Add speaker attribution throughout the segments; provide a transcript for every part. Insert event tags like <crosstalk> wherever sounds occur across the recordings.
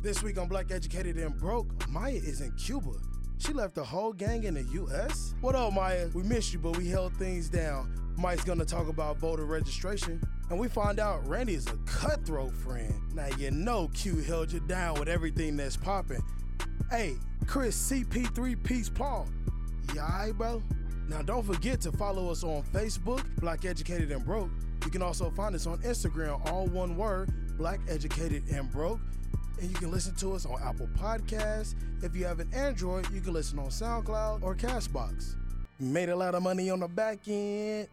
Speaker 1: This week on Black Educated and Broke, Maya is in Cuba. She left the whole gang in the US? What up, Maya? We missed you, but we held things down. Mike's gonna talk about voter registration, and we find out Randy is a cutthroat friend. Now, you know Q held you down with everything that's popping. Hey, Chris CP3 Peace Paul. You alright, bro? Now, don't forget to follow us on Facebook, Black Educated and Broke. You can also find us on Instagram, all one word, Black Educated and Broke. And you can listen to us on Apple Podcasts. If you have an Android, you can listen on SoundCloud or Cashbox. Made a lot of money on the back end.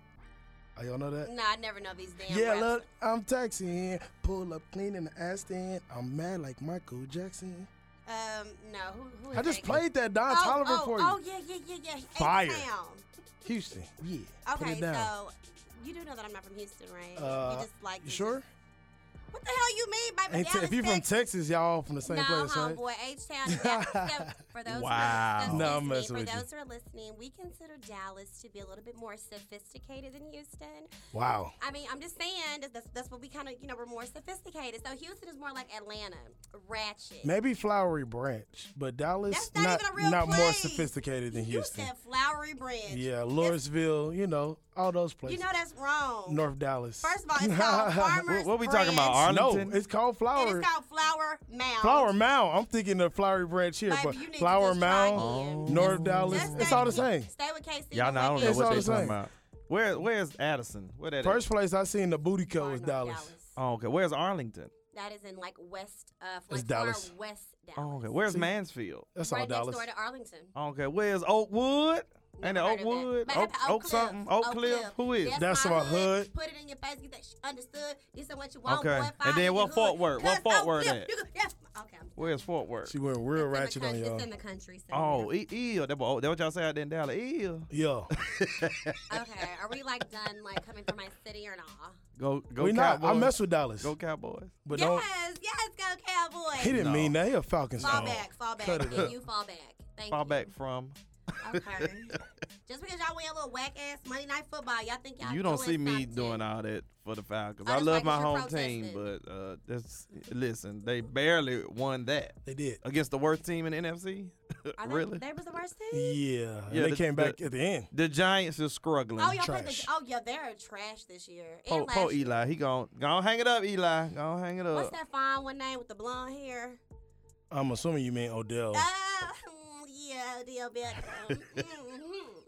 Speaker 1: Oh, y'all know that?
Speaker 2: No, I never know these damn.
Speaker 1: yeah,
Speaker 2: raps.
Speaker 1: look, I'm taxiing. Pull up clean in the Aston. I'm mad like Michael Jackson.
Speaker 2: Um, no. Who, who
Speaker 1: I
Speaker 2: is
Speaker 1: just
Speaker 2: that?
Speaker 1: played that Don
Speaker 2: oh,
Speaker 1: Tolliver
Speaker 2: oh,
Speaker 1: for
Speaker 2: Oh
Speaker 1: you.
Speaker 2: yeah, yeah, yeah, yeah. He ate
Speaker 1: Fire.
Speaker 2: Town.
Speaker 1: Houston. Yeah. Put
Speaker 2: Okay,
Speaker 1: it down.
Speaker 2: so you do know that I'm not from Houston, right?
Speaker 1: Uh,
Speaker 2: you just like
Speaker 1: you sure?
Speaker 2: What the hell you mean by
Speaker 1: Ain't te-
Speaker 2: Dallas,
Speaker 1: if you from
Speaker 2: Texas?
Speaker 1: Texas, y'all from the same
Speaker 2: no,
Speaker 1: place, right?
Speaker 2: homeboy, H Town.
Speaker 1: <laughs>
Speaker 2: Yeah, so for those
Speaker 3: Wow.
Speaker 2: who are, those
Speaker 1: No, I'm
Speaker 2: listening-
Speaker 1: messing
Speaker 2: for
Speaker 1: with you.
Speaker 2: those who are listening, we consider Dallas to be a little bit more sophisticated than Houston.
Speaker 1: Wow.
Speaker 2: I mean, I'm just saying that- that's, that's what we kind of you know we're more sophisticated. So Houston is more like Atlanta, ratchet.
Speaker 1: Maybe Flowery Branch, but Dallas
Speaker 2: That's not,
Speaker 1: not,
Speaker 2: even a real
Speaker 1: not
Speaker 2: place.
Speaker 1: more sophisticated than
Speaker 2: you
Speaker 1: Houston.
Speaker 2: said Flowery Branch.
Speaker 1: Yeah, Lawrenceville, you know, all those
Speaker 2: You
Speaker 1: places.
Speaker 2: know that's wrong.
Speaker 1: North Dallas. <laughs>
Speaker 2: First of all, it's called Farmers
Speaker 3: What- what we talking about,
Speaker 2: Branch,
Speaker 3: Arlington?
Speaker 1: No, it's called
Speaker 2: And
Speaker 1: Flower.
Speaker 2: it's called Flower Mound.
Speaker 1: Flower Mound. I'm thinking of Flowery Branch here,
Speaker 2: Baby,
Speaker 1: but
Speaker 2: you need to
Speaker 1: Flower
Speaker 2: just try
Speaker 1: Mound,
Speaker 2: again.
Speaker 1: North
Speaker 2: Just
Speaker 1: Dallas, it's
Speaker 2: stay
Speaker 1: all the
Speaker 2: with K-
Speaker 1: same.
Speaker 2: Stay with KC.
Speaker 3: Oh. Y'all know I don't know
Speaker 1: It's all
Speaker 3: what
Speaker 1: the
Speaker 3: they
Speaker 1: same.
Speaker 3: talking about. Where where's Addison? Where that is?
Speaker 1: First place I seen the booty cut was
Speaker 2: North
Speaker 1: Dallas.
Speaker 3: Oh, okay. Where's Arlington?
Speaker 2: That is in like West of
Speaker 1: It's
Speaker 2: like
Speaker 1: Dallas.
Speaker 2: Dallas. West Dallas.
Speaker 3: Oh, okay. Where's Mansfield?
Speaker 1: That's
Speaker 2: right
Speaker 1: all
Speaker 2: next
Speaker 1: Dallas.
Speaker 2: door to Arlington.
Speaker 3: Oh, okay. Where's Oakwood? Ain't it
Speaker 2: Never heard of
Speaker 3: Oakwood?
Speaker 2: that. But
Speaker 3: Oak,
Speaker 2: how about
Speaker 3: Oak
Speaker 2: Cliff?
Speaker 3: something? Oak Cliff? Who is? it?
Speaker 1: That's my hood.
Speaker 2: Put it in your face. Get that sh- understood. This is what you want.
Speaker 3: Okay.
Speaker 2: Boy,
Speaker 3: And
Speaker 2: find
Speaker 3: then
Speaker 2: your
Speaker 3: what
Speaker 2: hood.
Speaker 3: Fort Worth? What
Speaker 2: Cuss
Speaker 3: Fort
Speaker 2: Oak
Speaker 3: Worth
Speaker 2: Cliff.
Speaker 3: at?
Speaker 2: You go- <laughs> yeah. Okay. I'm-
Speaker 3: Where's Fort Worth?
Speaker 1: She went real
Speaker 2: It's in
Speaker 1: ratchet
Speaker 2: the
Speaker 1: on
Speaker 2: country-
Speaker 1: y'all.
Speaker 2: It's in the country. So
Speaker 3: Oh,
Speaker 2: yeah.
Speaker 3: e- ew. That what that what y'all say out there in Dallas? Ew.
Speaker 1: Yeah.
Speaker 2: okay. Are we like done like coming from my city or not?
Speaker 3: Go go
Speaker 1: We not.
Speaker 3: Cowboys.
Speaker 1: I mess with Dallas.
Speaker 3: Go Cowboys.
Speaker 1: But don't.
Speaker 2: Yes, yes, go Cowboys.
Speaker 1: He didn't
Speaker 3: No.
Speaker 1: mean that. He a Falcons
Speaker 2: Fall
Speaker 1: fan.
Speaker 2: back, fall back.
Speaker 1: Cut it up.
Speaker 2: and you fall back. Thank
Speaker 3: Fall
Speaker 2: you.
Speaker 3: back from. <laughs>
Speaker 2: Okay. Just because y'all wear a little whack ass Monday night football, y'all think y'all
Speaker 3: You don't
Speaker 2: doing
Speaker 3: see me
Speaker 2: something. Oh,
Speaker 3: doing all that for the Falcons.
Speaker 2: I
Speaker 3: I
Speaker 2: just
Speaker 3: love
Speaker 2: like
Speaker 3: my
Speaker 2: that you're
Speaker 3: home team, but uh, that's listen. They barely won that
Speaker 1: They
Speaker 2: <laughs>
Speaker 1: did.
Speaker 3: against the worst team in the NFC.
Speaker 2: Are they,
Speaker 3: really?
Speaker 2: They was the worst team.
Speaker 1: Yeah. and
Speaker 3: Yeah,
Speaker 1: they
Speaker 3: the-
Speaker 1: came back
Speaker 3: the-
Speaker 1: at the end.
Speaker 3: The Giants is struggling.
Speaker 2: Oh, y'all played
Speaker 1: Trash.
Speaker 2: the, Oh, yeah, they're trash this year. And
Speaker 3: Po,
Speaker 2: last
Speaker 3: po
Speaker 2: year.
Speaker 3: Eli, he gon' gon' hang it up, Eli. Gon' hang it
Speaker 2: What's
Speaker 3: up.
Speaker 2: that fine one name with the blonde hair?
Speaker 1: I'm assuming you mean Odell.
Speaker 3: Oh.
Speaker 2: Uh, mm, <laughs> yeah, Odell Beckham. Mhm.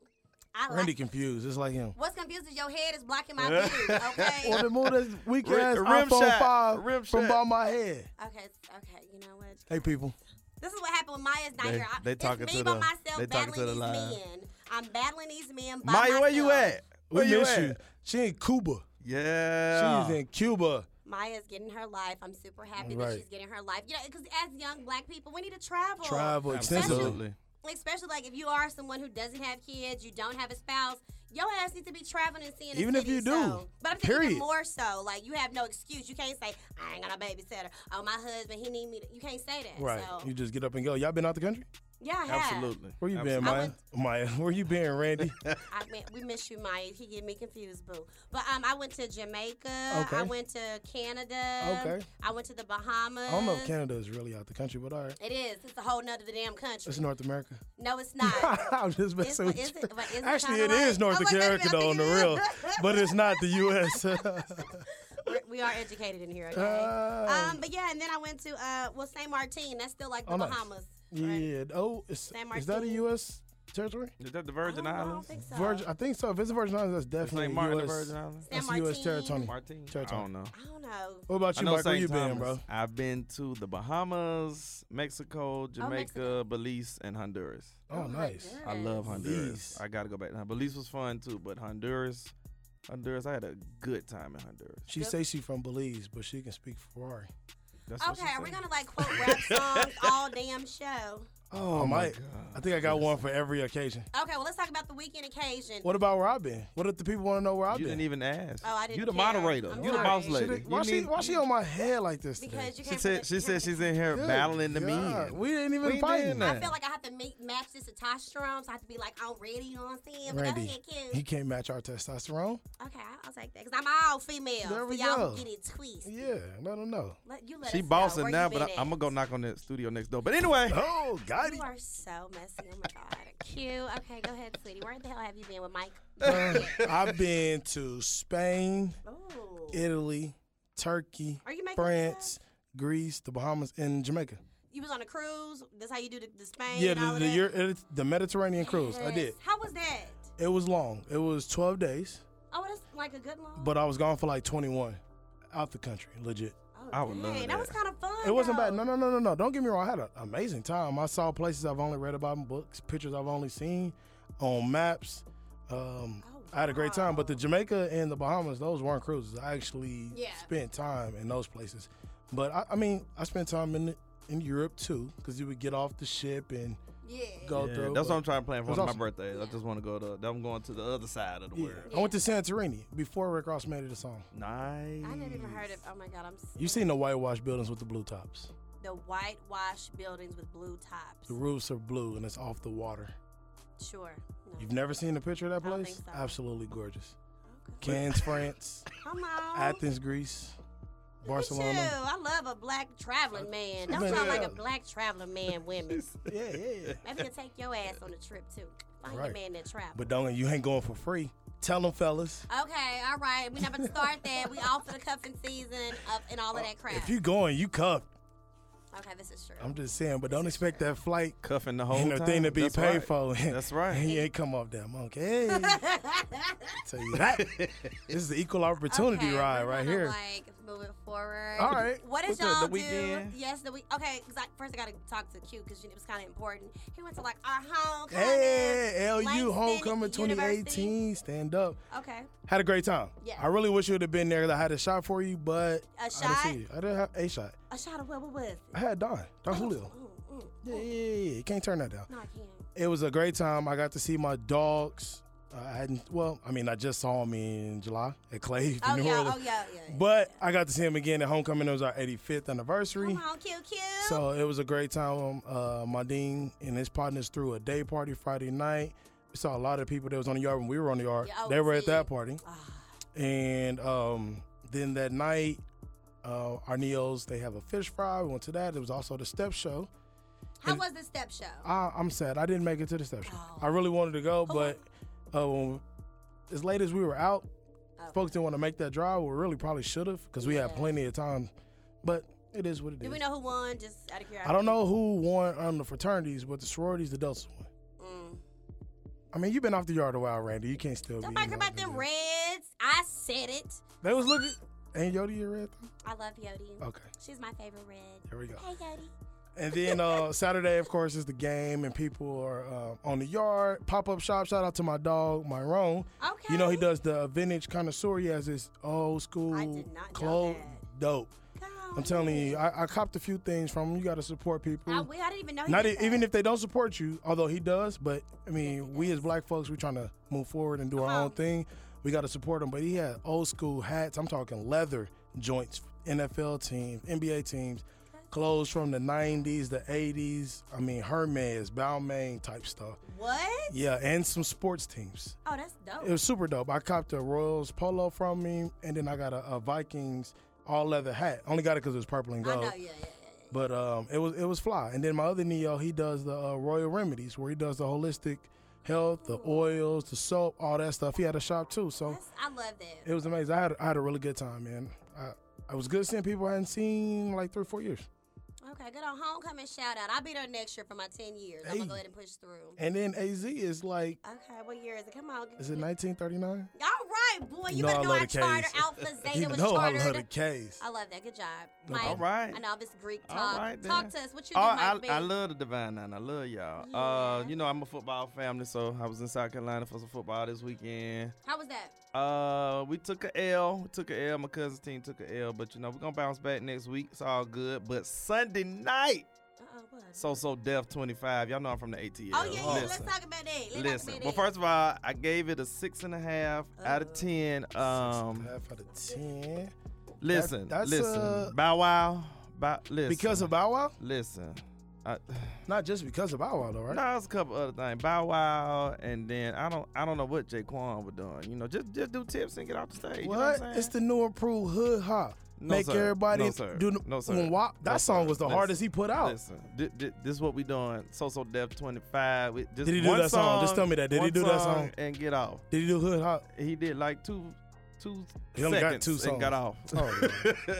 Speaker 2: I like.
Speaker 1: Randy confused. It's like him.
Speaker 2: What's confused is your head is blocking my
Speaker 3: <laughs>
Speaker 2: view. Okay.
Speaker 1: Well, they moved this weak
Speaker 3: Rim-
Speaker 1: ass
Speaker 3: rim
Speaker 1: iPhone
Speaker 3: shot.
Speaker 1: 5
Speaker 3: Rim
Speaker 1: from by
Speaker 3: shot.
Speaker 1: my head.
Speaker 2: okay. Okay. You know what?
Speaker 1: Hey, people.
Speaker 2: This is what happened when Maya's not
Speaker 3: They-
Speaker 2: here. I-
Speaker 3: they talking
Speaker 2: it's
Speaker 3: to
Speaker 2: me
Speaker 3: the-
Speaker 2: by myself
Speaker 3: they talking
Speaker 2: battling
Speaker 3: to the
Speaker 2: these
Speaker 3: line.
Speaker 2: men. I'm battling these men by
Speaker 3: Maya,
Speaker 2: myself.
Speaker 3: where you at?
Speaker 1: We
Speaker 3: Where you
Speaker 1: miss
Speaker 3: at?
Speaker 1: you. She in Cuba.
Speaker 3: Yeah.
Speaker 1: She's in Cuba.
Speaker 2: Maya's getting her life. I'm super happy
Speaker 1: Right.
Speaker 2: that she's getting her life. You know, because as young black people, we need to travel.
Speaker 1: Travel extensively.
Speaker 3: Absolutely.
Speaker 2: Especially like if you are someone who doesn't have kids, you don't have a spouse, your ass needs to be traveling and seeing. the
Speaker 1: Even if
Speaker 2: city,
Speaker 1: you do.
Speaker 2: so- But I'm saying
Speaker 1: Period.
Speaker 2: even more so. Like you have no excuse. You can't say I ain't got a babysitter. Oh, my husband, he need me. To, you can't say that.
Speaker 1: Right.
Speaker 2: So,
Speaker 1: You just get up and go. Y'all been out the country?
Speaker 2: yeah, I have.
Speaker 3: Absolutely.
Speaker 1: Where you been,
Speaker 3: Absolutely.
Speaker 1: Maya? Maya, <laughs> where you been,
Speaker 2: <laughs>
Speaker 1: Randy?
Speaker 2: I went, we miss you, Mike. He get me confused, boo. But um, I went to Jamaica.
Speaker 1: Okay.
Speaker 2: I went to Canada.
Speaker 1: Okay.
Speaker 2: I went to the Bahamas.
Speaker 1: I don't know if Canada is really out the country, but all right.
Speaker 2: It is. It's a whole nother damn country.
Speaker 1: It's North America.
Speaker 2: no, it's not.
Speaker 1: <laughs> I'm just
Speaker 2: Is-
Speaker 1: messing
Speaker 2: is
Speaker 1: with you.
Speaker 2: it- but is it
Speaker 1: Actually, it
Speaker 2: kinda
Speaker 1: is
Speaker 2: like-
Speaker 1: North
Speaker 2: I'm like, wait a minute,
Speaker 1: America,
Speaker 2: I
Speaker 1: though, on
Speaker 2: think
Speaker 1: the
Speaker 2: it
Speaker 1: real.
Speaker 2: is.
Speaker 1: But it's not
Speaker 2: <laughs>
Speaker 1: the U.S.
Speaker 2: <laughs> We're- we are educated in here, okay?
Speaker 1: <laughs> Ah.
Speaker 2: um, but yeah, and then I went to uh, well, Saint Martin. That's still like the
Speaker 1: Oh, nice.
Speaker 2: Bahamas. right?
Speaker 1: yeah. Oh, is,
Speaker 2: San
Speaker 1: is that a
Speaker 2: Martin. uh,
Speaker 1: U.S. territory?
Speaker 3: Is that the
Speaker 2: I don't
Speaker 3: Virgin
Speaker 2: know, I don't
Speaker 3: Islands?
Speaker 2: think so.
Speaker 1: Virgin, I think so. If it's the Virgin Islands, that's
Speaker 3: It's
Speaker 1: definitely
Speaker 3: St. Martin, the
Speaker 1: US,
Speaker 3: Virgin Islands.
Speaker 2: San
Speaker 1: That's U.S. territory.
Speaker 2: Martin.
Speaker 3: Martin. I
Speaker 1: Territory.
Speaker 3: don't know.
Speaker 2: I don't know.
Speaker 1: What about
Speaker 3: I
Speaker 1: you,
Speaker 3: know
Speaker 1: Mike? Where
Speaker 3: St.
Speaker 1: you
Speaker 3: Thomas.
Speaker 1: been, bro?
Speaker 3: I've been to the Bahamas, Mexico, Jamaica,
Speaker 2: Oh, Mexico.
Speaker 3: Belize, and Honduras.
Speaker 1: Oh,
Speaker 2: Oh my
Speaker 1: nice.
Speaker 2: God.
Speaker 3: I love
Speaker 2: Nice.
Speaker 3: Honduras.
Speaker 1: Belize.
Speaker 3: I gotta go back. Now, Belize was fun too, but Honduras, Honduras, I had a good time in Honduras.
Speaker 1: She
Speaker 2: Yep.
Speaker 1: say she from Belize, but she can speak Ferrari.
Speaker 3: That's what
Speaker 2: Okay,
Speaker 3: she
Speaker 2: are we
Speaker 1: <laughs>
Speaker 3: said.
Speaker 2: gonna like quote rap songs all damn show?
Speaker 3: Oh
Speaker 1: I
Speaker 3: my
Speaker 1: might. I
Speaker 3: god.
Speaker 1: think I got one for every occasion.
Speaker 2: Okay, well, let's talk about the weekend occasion.
Speaker 1: What about where I've been? What if the people want to know where I've
Speaker 3: You
Speaker 1: been?
Speaker 3: didn't even ask.
Speaker 2: Oh, I didn't
Speaker 3: You the
Speaker 2: care.
Speaker 3: moderator.
Speaker 2: I'm
Speaker 3: you the
Speaker 2: sorry.
Speaker 3: boss
Speaker 1: She
Speaker 3: lady.
Speaker 1: did- why
Speaker 3: You
Speaker 1: she
Speaker 3: need-
Speaker 1: why she on my head like this? today?
Speaker 2: Because you
Speaker 3: She
Speaker 2: can't
Speaker 3: said she said she's in here
Speaker 1: Good
Speaker 3: battling the
Speaker 1: God,
Speaker 3: men.
Speaker 1: We didn't even
Speaker 3: We
Speaker 1: fight.
Speaker 3: didn't.
Speaker 2: I feel like I have to meet, match this testosterone, so I have to be like, I'm ready, you know what I'm saying? But go
Speaker 1: Randy,
Speaker 2: ahead, kid.
Speaker 1: he can't match our testosterone.
Speaker 2: Okay, I- I'll take that because I'm all female.
Speaker 1: There
Speaker 2: so
Speaker 1: we
Speaker 2: y'all
Speaker 1: go.
Speaker 2: can get it twist.
Speaker 1: Yeah, let him know.
Speaker 2: Let, you let
Speaker 3: She
Speaker 2: us know
Speaker 3: bossing
Speaker 2: where
Speaker 3: now,
Speaker 2: you
Speaker 3: but I,
Speaker 2: been
Speaker 3: I'm gonna
Speaker 2: at.
Speaker 3: go knock on the studio next door.
Speaker 1: <laughs>
Speaker 3: But anyway,
Speaker 1: Oh, got
Speaker 2: You
Speaker 1: him.
Speaker 2: are so messy. Oh my god, cute. Okay, go ahead, sweetie. Where the hell have you been with Mike?
Speaker 1: Uh,
Speaker 3: <laughs>
Speaker 1: I've been to Spain,
Speaker 2: <laughs> Ooh.
Speaker 1: Italy, Turkey,
Speaker 2: Are you making this
Speaker 1: France, Greece, the Bahamas, and Jamaica.
Speaker 2: You was on a cruise. That's how you do the, the Spain.
Speaker 1: yeah,
Speaker 2: and
Speaker 1: the
Speaker 2: all of
Speaker 1: the,
Speaker 2: that?
Speaker 1: Euro- the Mediterranean cruise. I
Speaker 2: Yes.
Speaker 1: did.
Speaker 2: How was that?
Speaker 1: It was long. It was 12 days,
Speaker 2: Oh, that's like a good long.
Speaker 1: but I was gone for like 21 out the country, legit.
Speaker 2: oh,
Speaker 3: I would
Speaker 2: dang,
Speaker 3: love
Speaker 2: that.
Speaker 3: that.
Speaker 2: was kind of fun.
Speaker 1: It wasn't
Speaker 2: though.
Speaker 1: bad. No, no, no, no, no. Don't get me wrong. I had an amazing time. I saw places I've only read about in books, pictures I've only seen on maps. Um,
Speaker 2: Oh,
Speaker 1: I had a great time. But the
Speaker 2: wow.
Speaker 1: Jamaica and the Bahamas, those weren't cruises. I actually
Speaker 2: Yeah.
Speaker 1: spent time in those places. But I, I mean, I spent time in in Europe too, because you would get off the ship and
Speaker 2: Yeah.
Speaker 1: go
Speaker 3: Yeah,
Speaker 1: through.
Speaker 3: that's
Speaker 1: but-
Speaker 3: what I'm trying to plan for
Speaker 1: It was
Speaker 3: one of
Speaker 1: awesome.
Speaker 3: my birthdays. I just want to go to. I'm going to the other side of the
Speaker 1: yeah.
Speaker 3: world.
Speaker 1: I went to Santorini before Rick Ross made it a song.
Speaker 3: Nice.
Speaker 2: I never even heard of. Oh my god, I'm. s-
Speaker 1: You seen the whitewashed buildings with the blue tops?
Speaker 2: the whitewashed buildings with blue tops.
Speaker 1: The roofs are blue and it's off the water.
Speaker 2: Sure. No.
Speaker 1: You've never seen a picture of that
Speaker 2: I don't
Speaker 1: place?
Speaker 2: think so.
Speaker 1: Absolutely gorgeous.
Speaker 2: Okay.
Speaker 1: Cannes,
Speaker 2: <laughs>
Speaker 1: France, <laughs>
Speaker 2: Come on.
Speaker 1: Athens, Greece,
Speaker 2: Look at you.
Speaker 1: Barcelona. Uh,
Speaker 2: I love a black traveling
Speaker 1: <laughs>
Speaker 2: man. Don't y'all like a black traveling man, women.
Speaker 1: Yeah, yeah,
Speaker 3: <laughs>
Speaker 1: yeah.
Speaker 2: Maybe you'll take your ass on a trip too. Find
Speaker 1: Right.
Speaker 2: your man that travel.
Speaker 1: But don't you ain't going for free. Tell them, fellas.
Speaker 2: okay, all right. We never start that. We all for the cuffing season up and all of that crap.
Speaker 1: Uh, If you going, you cuffed.
Speaker 2: okay, this is true. <laughs>
Speaker 1: I'm <laughs> just saying, but don't expect that flight
Speaker 3: Cuffing the whole
Speaker 1: and the
Speaker 3: time.
Speaker 1: thing to be
Speaker 3: That's
Speaker 1: paid
Speaker 2: <laughs>
Speaker 3: right. <laughs>
Speaker 1: for. <laughs>
Speaker 3: That's right.
Speaker 1: and you ain't come off that monkey. Hey, tell you that. this is the equal opportunity
Speaker 2: Okay,
Speaker 1: ride
Speaker 2: we're
Speaker 1: right
Speaker 2: gonna,
Speaker 1: here.
Speaker 2: Like move it forward.
Speaker 1: All right.
Speaker 2: What did
Speaker 3: What's up,
Speaker 2: y'all
Speaker 3: the
Speaker 2: do?
Speaker 3: weekend?
Speaker 2: Yes, the week. Okay, because I, first I gotta talk to Q because it was kind of important. He went to like our homecoming.
Speaker 1: Hey, LU
Speaker 2: Langston
Speaker 1: homecoming
Speaker 2: University.
Speaker 1: 2018. Stand up.
Speaker 2: Okay.
Speaker 1: Had a great time.
Speaker 2: Yeah.
Speaker 1: I really wish you would have been there. 'cause I had a shot for you, but I
Speaker 2: A
Speaker 1: didn't
Speaker 2: shot?
Speaker 1: see you. I didn't have a shot.
Speaker 2: A shot of what what was? it?
Speaker 1: I had Don, Don Julio.
Speaker 2: Mm, mm, mm.
Speaker 1: Yeah, yeah, yeah, yeah. You can't turn that down.
Speaker 2: No, I can't.
Speaker 1: It was a great time. I got to see my dogs. Uh, I hadn't. Well, I mean, I just saw him in July at Clay <laughs>
Speaker 2: Oh
Speaker 1: New
Speaker 2: yeah,
Speaker 1: Orleans.
Speaker 2: oh yeah, yeah. yeah.
Speaker 1: But I got to see him again at homecoming. It was our 85th anniversary.
Speaker 2: Come on, Q Q.
Speaker 1: So it was a great time. Uh, my dean and his partners threw a day party Friday night. We saw a lot of people that was on the yard when we were on the yard.
Speaker 2: Yeah, oh,
Speaker 1: they were at
Speaker 2: see.
Speaker 1: that party.
Speaker 2: Ah.
Speaker 1: And um, then that night, uh, our Neos, they have a fish fry. We went to that. It was also the step show.
Speaker 2: How
Speaker 1: and-
Speaker 2: was the step show?
Speaker 1: I, I'm sad. I didn't make it to the step show.
Speaker 2: Oh.
Speaker 1: I really wanted to go,
Speaker 2: Who-
Speaker 1: but uh, when, as late as we were out,
Speaker 2: Oh.
Speaker 1: folks didn't want to make that drive. We really probably should have because we had
Speaker 2: Yeah.
Speaker 1: plenty of time. But it is what it is.
Speaker 2: Do we know who won? Just out of curiosity.
Speaker 1: I don't know who won on the fraternities, but the sororities, the Deltas won.
Speaker 2: Mm.
Speaker 1: I mean, you've been off the yard a while, Randy. You can't still
Speaker 2: Don't
Speaker 1: be.
Speaker 2: talk
Speaker 1: in
Speaker 2: about
Speaker 1: the-
Speaker 2: them reds. I said it.
Speaker 1: They was looking. Ain't Yodi a red? thing?
Speaker 2: I love Yodi.
Speaker 1: Okay,
Speaker 2: She's my favorite red.
Speaker 1: Oh. here we go.
Speaker 2: Hey Yodi.
Speaker 1: And then
Speaker 2: <laughs>
Speaker 1: uh, Saturday, of course, is the game, and people are uh, on the yard. Pop up shop. Shout out to my dog, Myron.
Speaker 2: Okay.
Speaker 1: You know he does the vintage connoisseur. He has this old school
Speaker 2: I did not know
Speaker 1: clothes.
Speaker 2: that.
Speaker 1: Dope.
Speaker 2: Come
Speaker 1: I'm telling you, I, I copped a few things from him. You got to support people.
Speaker 2: I, we, I didn't even know. He
Speaker 1: Not
Speaker 2: did
Speaker 1: e-
Speaker 2: that.
Speaker 1: even if they don't support you, although he does. But I
Speaker 2: he
Speaker 1: mean, we
Speaker 2: does.
Speaker 1: as black folks, we're trying to move forward and do our
Speaker 2: Come
Speaker 1: own
Speaker 2: on.
Speaker 1: thing. We got to support him. But he had old school hats. I'm talking leather joints, NFL teams, NBA teams, clothes from the 90s, the 80s. I mean, Hermes, Balmain type stuff.
Speaker 2: What?
Speaker 1: Yeah, and some sports teams.
Speaker 2: Oh, that's dope.
Speaker 1: It was super dope. I copped a Royals polo from him, and then I got a, a Vikings all leather hat. Only got it because it was purple and
Speaker 2: I
Speaker 1: gold.
Speaker 2: know. Yeah, yeah, yeah. yeah.
Speaker 1: But um, it was it was fly. And then my other Neo, he does the uh, Royal Remedies, where he does the holistic health, the oils, the soap, all that stuff. He had a shop too, so
Speaker 2: That's, I love that.
Speaker 1: it was amazing. I had I had a really good time, man. I, I was good seeing people I hadn't seen in, like three four years.
Speaker 2: Okay, good on homecoming shout out. I'll be there next year for my ten years. I'm
Speaker 1: Hey.
Speaker 2: gonna go ahead and push through.
Speaker 1: And then AZ is like,
Speaker 2: Okay, what year is it? Come on.
Speaker 1: is it 1939?
Speaker 2: All right, boy. You
Speaker 1: No, I
Speaker 2: better know
Speaker 1: love
Speaker 2: I
Speaker 1: the
Speaker 2: charter
Speaker 1: Ks.
Speaker 2: Alpha
Speaker 1: <laughs>
Speaker 2: Zeta
Speaker 1: You
Speaker 2: was
Speaker 1: know I
Speaker 2: chartered.
Speaker 1: love the case.
Speaker 2: I love that. Good job.
Speaker 1: No
Speaker 2: Mike,
Speaker 1: problem.
Speaker 3: All right.
Speaker 2: I know all this Greek
Speaker 3: All
Speaker 2: talk.
Speaker 3: right,
Speaker 2: talk
Speaker 3: then.
Speaker 2: to us. What you do,
Speaker 3: Oh, I,
Speaker 2: Mike B?
Speaker 3: I love the Divine Nine. I love y'all. Uh,
Speaker 2: Yeah.
Speaker 3: you know, I'm a football family, so I was in South Carolina for some football this weekend.
Speaker 2: How was that?
Speaker 3: Uh, we took a L. We took a L. My cousin's team took a L, but you know we're gonna bounce back next week. It's all good. But Sunday night,
Speaker 2: Uh-oh, Uh-uh, what?
Speaker 3: So so deaf 25. Y'all know I'm from the ATL.
Speaker 2: oh, yeah, yeah. Let's
Speaker 3: Listen.
Speaker 2: talk about that. Let's talk
Speaker 3: Listen.
Speaker 2: about
Speaker 3: Well,
Speaker 2: that.
Speaker 3: first of all, I gave it a six and a half out
Speaker 2: Uh-oh.
Speaker 3: of ten.
Speaker 1: Uh, Six
Speaker 3: Um,
Speaker 1: and a half out of ten.
Speaker 3: listen,
Speaker 1: that's,
Speaker 3: listen.
Speaker 1: uh,
Speaker 3: Bow Wow, Bow, listen.
Speaker 1: Because of Bow Wow?
Speaker 3: listen, I,
Speaker 1: Not just because of Bow Wow, though, right?
Speaker 3: <sighs> No, it's a couple other things. Bow Wow, and then I don't, I don't know what Jaquan was doing. You know, just, just do tips and get off the stage. You know
Speaker 1: What?
Speaker 3: what I'm
Speaker 1: it's
Speaker 3: saying?
Speaker 1: the new approved hood hop.
Speaker 3: No,
Speaker 1: Make
Speaker 3: sir.
Speaker 1: everybody
Speaker 3: No, sir.
Speaker 1: do the
Speaker 3: No, sir.
Speaker 1: when WAP. That
Speaker 3: No,
Speaker 1: song
Speaker 3: sir.
Speaker 1: was the
Speaker 3: Listen.
Speaker 1: hardest he put out.
Speaker 3: Listen, thi- thi- this is what we doing. So so Def 25. We- just
Speaker 1: Did he do
Speaker 3: one
Speaker 1: that song? Just tell me that. Did he
Speaker 3: one
Speaker 1: do that song?
Speaker 3: And get off.
Speaker 1: Did he do hood hop?
Speaker 3: He did like two, two
Speaker 1: He only
Speaker 3: seconds
Speaker 1: got two
Speaker 3: and got off.
Speaker 1: Oh,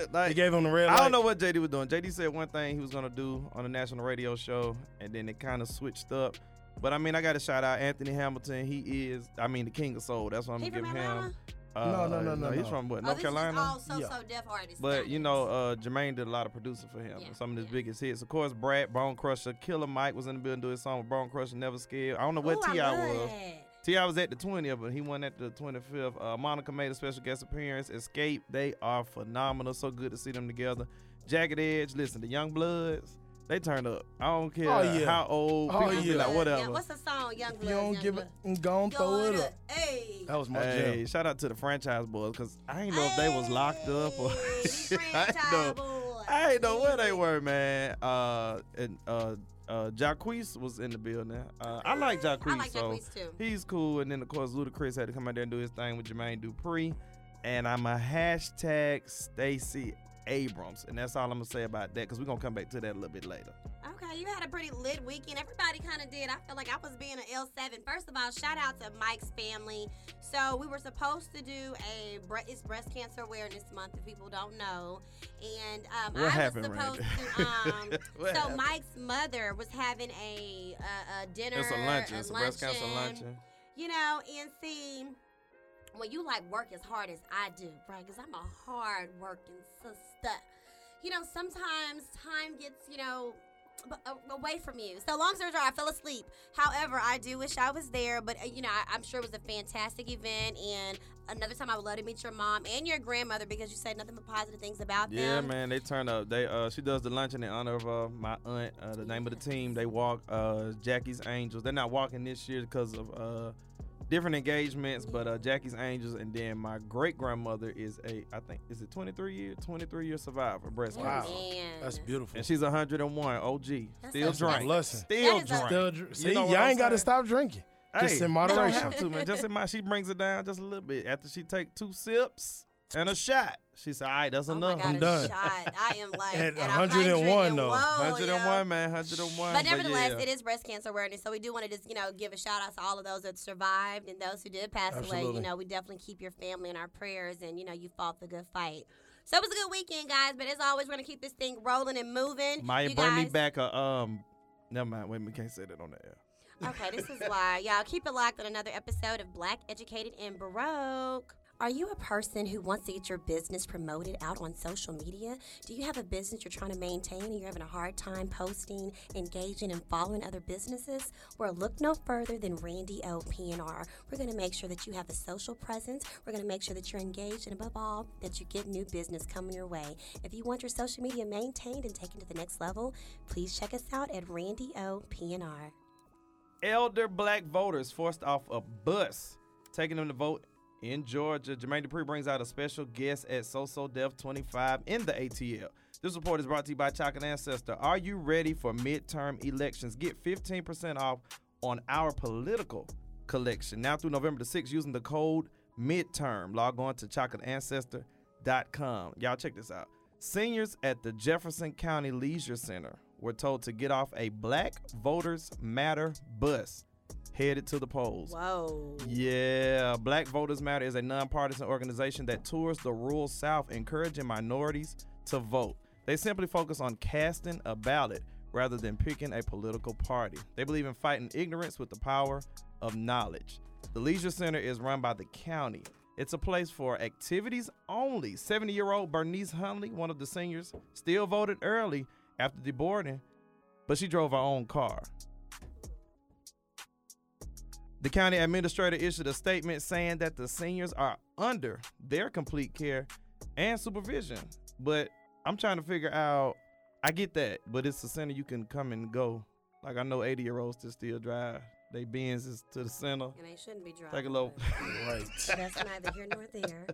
Speaker 3: <laughs> like,
Speaker 1: he gave him the red
Speaker 3: I
Speaker 1: light.
Speaker 3: don't know what JD was doing. JD said one thing he was gonna do on the national radio show, and then it kind of switched up. But I mean, I got to shout out Anthony Hamilton. He is, I mean, the king of soul. That's what I'm
Speaker 2: He
Speaker 3: giving
Speaker 2: from
Speaker 3: him. Uh,
Speaker 2: Atlanta?
Speaker 1: No, no, no, no,
Speaker 3: He's
Speaker 1: no.
Speaker 3: from what?
Speaker 2: Oh,
Speaker 3: North
Speaker 2: this is
Speaker 3: Carolina.
Speaker 2: All so
Speaker 1: Yeah.
Speaker 2: so deaf artists.
Speaker 3: But
Speaker 2: not
Speaker 3: you
Speaker 2: us.
Speaker 3: know, uh, Jermaine did a lot of producing for him.
Speaker 2: Yeah,
Speaker 3: and some of his
Speaker 2: yeah.
Speaker 3: biggest hits, of course, Brad Bone Crusher, Killer Mike was in the building doing his song with Bone Crusher, Never Scared. I don't know
Speaker 2: Ooh,
Speaker 3: what
Speaker 2: I
Speaker 3: Ti
Speaker 2: love
Speaker 3: was.
Speaker 2: that.
Speaker 3: Ti was at the 20th, but he won at the 25th. Uh, Monica made a special guest appearance. Escape, they are phenomenal. So good to see them together. Jagged Edge, listen, the Young Bloods, they turned up. I don't care
Speaker 1: Oh, yeah.
Speaker 3: how old.
Speaker 1: Oh,
Speaker 3: People
Speaker 2: Young
Speaker 3: be
Speaker 1: yeah.
Speaker 3: like,
Speaker 2: Blood. Yeah,
Speaker 3: whatever.
Speaker 2: what's the song, Young
Speaker 1: If you
Speaker 2: Blood?
Speaker 1: don't
Speaker 2: Young
Speaker 1: give
Speaker 2: Blood?
Speaker 1: it, go and throw it up.
Speaker 2: Hey.
Speaker 1: That was my
Speaker 3: Hey,
Speaker 1: jam.
Speaker 3: shout out to the franchise boys, cause I ain't know if they was locked up or <laughs> I ain't know. I ain't know where they were, man. Uh, and uh, uh, Jacquees was in the building. Uh, I like Jacquees,
Speaker 2: Mm, I like
Speaker 3: so
Speaker 2: Jacquees too.
Speaker 3: he's cool. And then of course Ludacris had to come out there and do his thing with Jermaine Dupree. And I'm a hashtag Stacey Abrams, and that's all I'm gonna say about that because we're gonna come back to that a little bit later.
Speaker 2: Okay, you had a pretty lit weekend. Everybody kind of did. I feel like I was being an L7. First of all, shout out to Mike's family. So we were supposed to do a bre- it's breast cancer awareness month. If people don't know, and um,
Speaker 3: What
Speaker 2: I
Speaker 3: happened,
Speaker 2: was supposed
Speaker 3: Randy?
Speaker 2: to. Um,
Speaker 3: <laughs> What
Speaker 2: so
Speaker 3: happened?
Speaker 2: Mike's mother was having a a, a dinner.
Speaker 3: It's a luncheon. It's a breast cancer luncheon.
Speaker 2: You know, and see, when you like work as hard as I do, right? Because I'm a hard working sister. You know, sometimes time gets, you know, b- a- away from you. So long story short, I fell asleep. However, I do wish I was there, but uh, you know, I, I'm sure it was a fantastic event. And another time, I would love to meet your mom and your grandmother because you said nothing but positive things about
Speaker 3: Yeah,
Speaker 2: them.
Speaker 3: man, they turn up. They uh, she does the luncheon in honor of uh, my aunt. Uh, the name of the team they walk uh, Jackie's Angels. They're not walking this year because of uh, different engagements, but uh, Jackie's Angels. And then my great grandmother is a I think is it 23 year 23 year survivor of breast
Speaker 1: Wow.
Speaker 3: cancer,
Speaker 2: Man.
Speaker 1: That's beautiful.
Speaker 3: and she's 101 OG, still
Speaker 2: That's a-
Speaker 3: drunk,
Speaker 1: Blessing.
Speaker 3: still
Speaker 2: That is a-
Speaker 3: drunk.
Speaker 1: Still dr- See,
Speaker 3: know what
Speaker 1: y'all
Speaker 3: I'm
Speaker 1: ain't got to
Speaker 3: saying?
Speaker 1: stop drinking. Just
Speaker 3: Hey,
Speaker 1: in
Speaker 3: you don't <laughs>
Speaker 1: moderation.
Speaker 3: have to, man. Just in my, she brings it down just a little bit after she take two sips and a shot. She said, "All right, that's
Speaker 2: Oh my
Speaker 3: enough.
Speaker 2: God,
Speaker 1: I'm
Speaker 2: a
Speaker 1: done.
Speaker 2: Shot. I
Speaker 1: <laughs>
Speaker 2: am like
Speaker 1: At
Speaker 2: and I'm
Speaker 1: 101 though.
Speaker 2: 101, yo.
Speaker 3: 101, man. 101.
Speaker 2: Oh, But nevertheless,
Speaker 3: yeah.
Speaker 2: it is breast cancer awareness, so we do want to just you know give a shout out to all of those that survived and those who did pass away.
Speaker 1: Absolutely.
Speaker 2: You know, we definitely keep your family in our prayers, and you know you fought the good fight. So it was a good weekend, guys. But as always, we're gonna keep this thing rolling and moving.
Speaker 3: Maya,
Speaker 2: you
Speaker 3: bring me
Speaker 2: guys-
Speaker 3: back a um. Never mind. Wait, we can't say that on the air.
Speaker 2: Okay, this is why. Y'all keep it locked on another episode of Black Educated and Baroque. Are you a person who wants to get your business promoted out on social media? Do you have a business you're trying to maintain and you're having a hard time posting, engaging, and following other businesses? Well, look no further than Randy O PNR. We're going to make sure that you have a social presence. We're going to make sure that you're engaged, and above all, that you get new business coming your way. If you want your social media maintained and taken to the next level, please check us out at Randy O PNR.
Speaker 3: Elder black voters forced off a bus, taking them to vote in Georgia. Jermaine Dupree brings out a special guest at SoSo Dev 25 in the ATL. This report is brought to you by Chalk and Ancestor. Are you ready for midterm elections? Get 15% off on our political collection now through November the 6th using the code midterm. Log on to chalkandancestor.com. Y'all check this out. Seniors at the Jefferson County Leisure Center were told to get off a Black Voters Matter bus headed to the polls.
Speaker 2: Whoa.
Speaker 3: Yeah, Black Voters Matter is a nonpartisan organization that tours the rural South, encouraging minorities to vote. They simply focus on casting a ballot rather than picking a political party. They believe in fighting ignorance with the power of knowledge. The Leisure Center is run by the county. It's a place for activities only. 70 year old Bernice Hunley, one of the seniors, still voted early after deboarding, but she drove her own car. The county administrator issued a statement saying that the seniors are under their complete care and supervision. But I'm trying to figure out, I get that, but it's a center you can come and go. Like I know 80 year olds to still drive. They Benz is to the center.
Speaker 2: And they shouldn't be driving.
Speaker 3: Take a little.
Speaker 2: but
Speaker 1: Right.
Speaker 2: That's neither here nor there.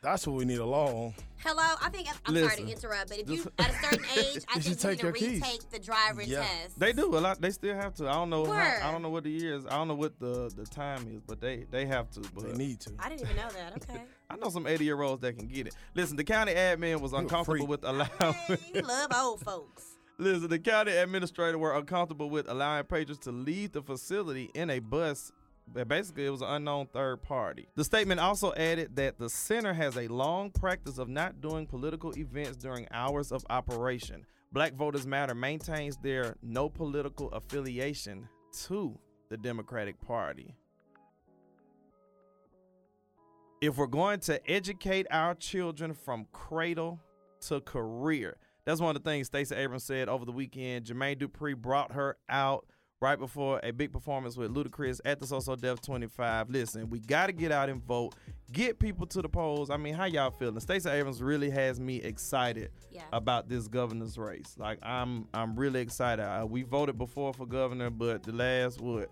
Speaker 1: That's what we need a law on.
Speaker 2: Hello, I think I'm sorry
Speaker 3: Listen,
Speaker 2: to interrupt, but if
Speaker 3: just-
Speaker 2: you at a
Speaker 3: <laughs>
Speaker 2: certain age, I
Speaker 1: You
Speaker 2: think
Speaker 1: should
Speaker 2: you
Speaker 1: take
Speaker 2: need to
Speaker 1: your keys.
Speaker 2: retake the driver's
Speaker 1: Yeah.
Speaker 2: test.
Speaker 3: <laughs> They do a lot. They still have to. I don't know.
Speaker 2: Word.
Speaker 3: How, I don't know what the year is. I don't know what the the time is, but they they have to. But
Speaker 1: They need to.
Speaker 2: I didn't even know
Speaker 3: <laughs>
Speaker 2: that. Okay.
Speaker 3: I know some 80 year olds that can get it. Listen, the county admin was uncomfortable
Speaker 1: freak.
Speaker 3: with
Speaker 2: Hey,
Speaker 3: allowing.
Speaker 2: love old folks.
Speaker 3: <laughs> Listen, the county administrator were uncomfortable with allowing patrons to leave the facility in a bus. But basically, it was an unknown third party. The statement also added that the center has a long practice of not doing political events during hours of operation. Black Voters Matter maintains their no political affiliation to the Democratic Party. If we're going to educate our children from cradle to career. That's one of the things Stacey Abrams said over the weekend. Jermaine Dupree brought her out right before a big performance with Ludacris at the So Dev 25. Listen, we got to get out and vote. Get people to the polls. I mean, how y'all feeling? Stacey Abrams really has me excited
Speaker 2: Yeah.
Speaker 3: about this governor's race. Like, I'm I'm really excited. Uh, we voted before for governor, but the last what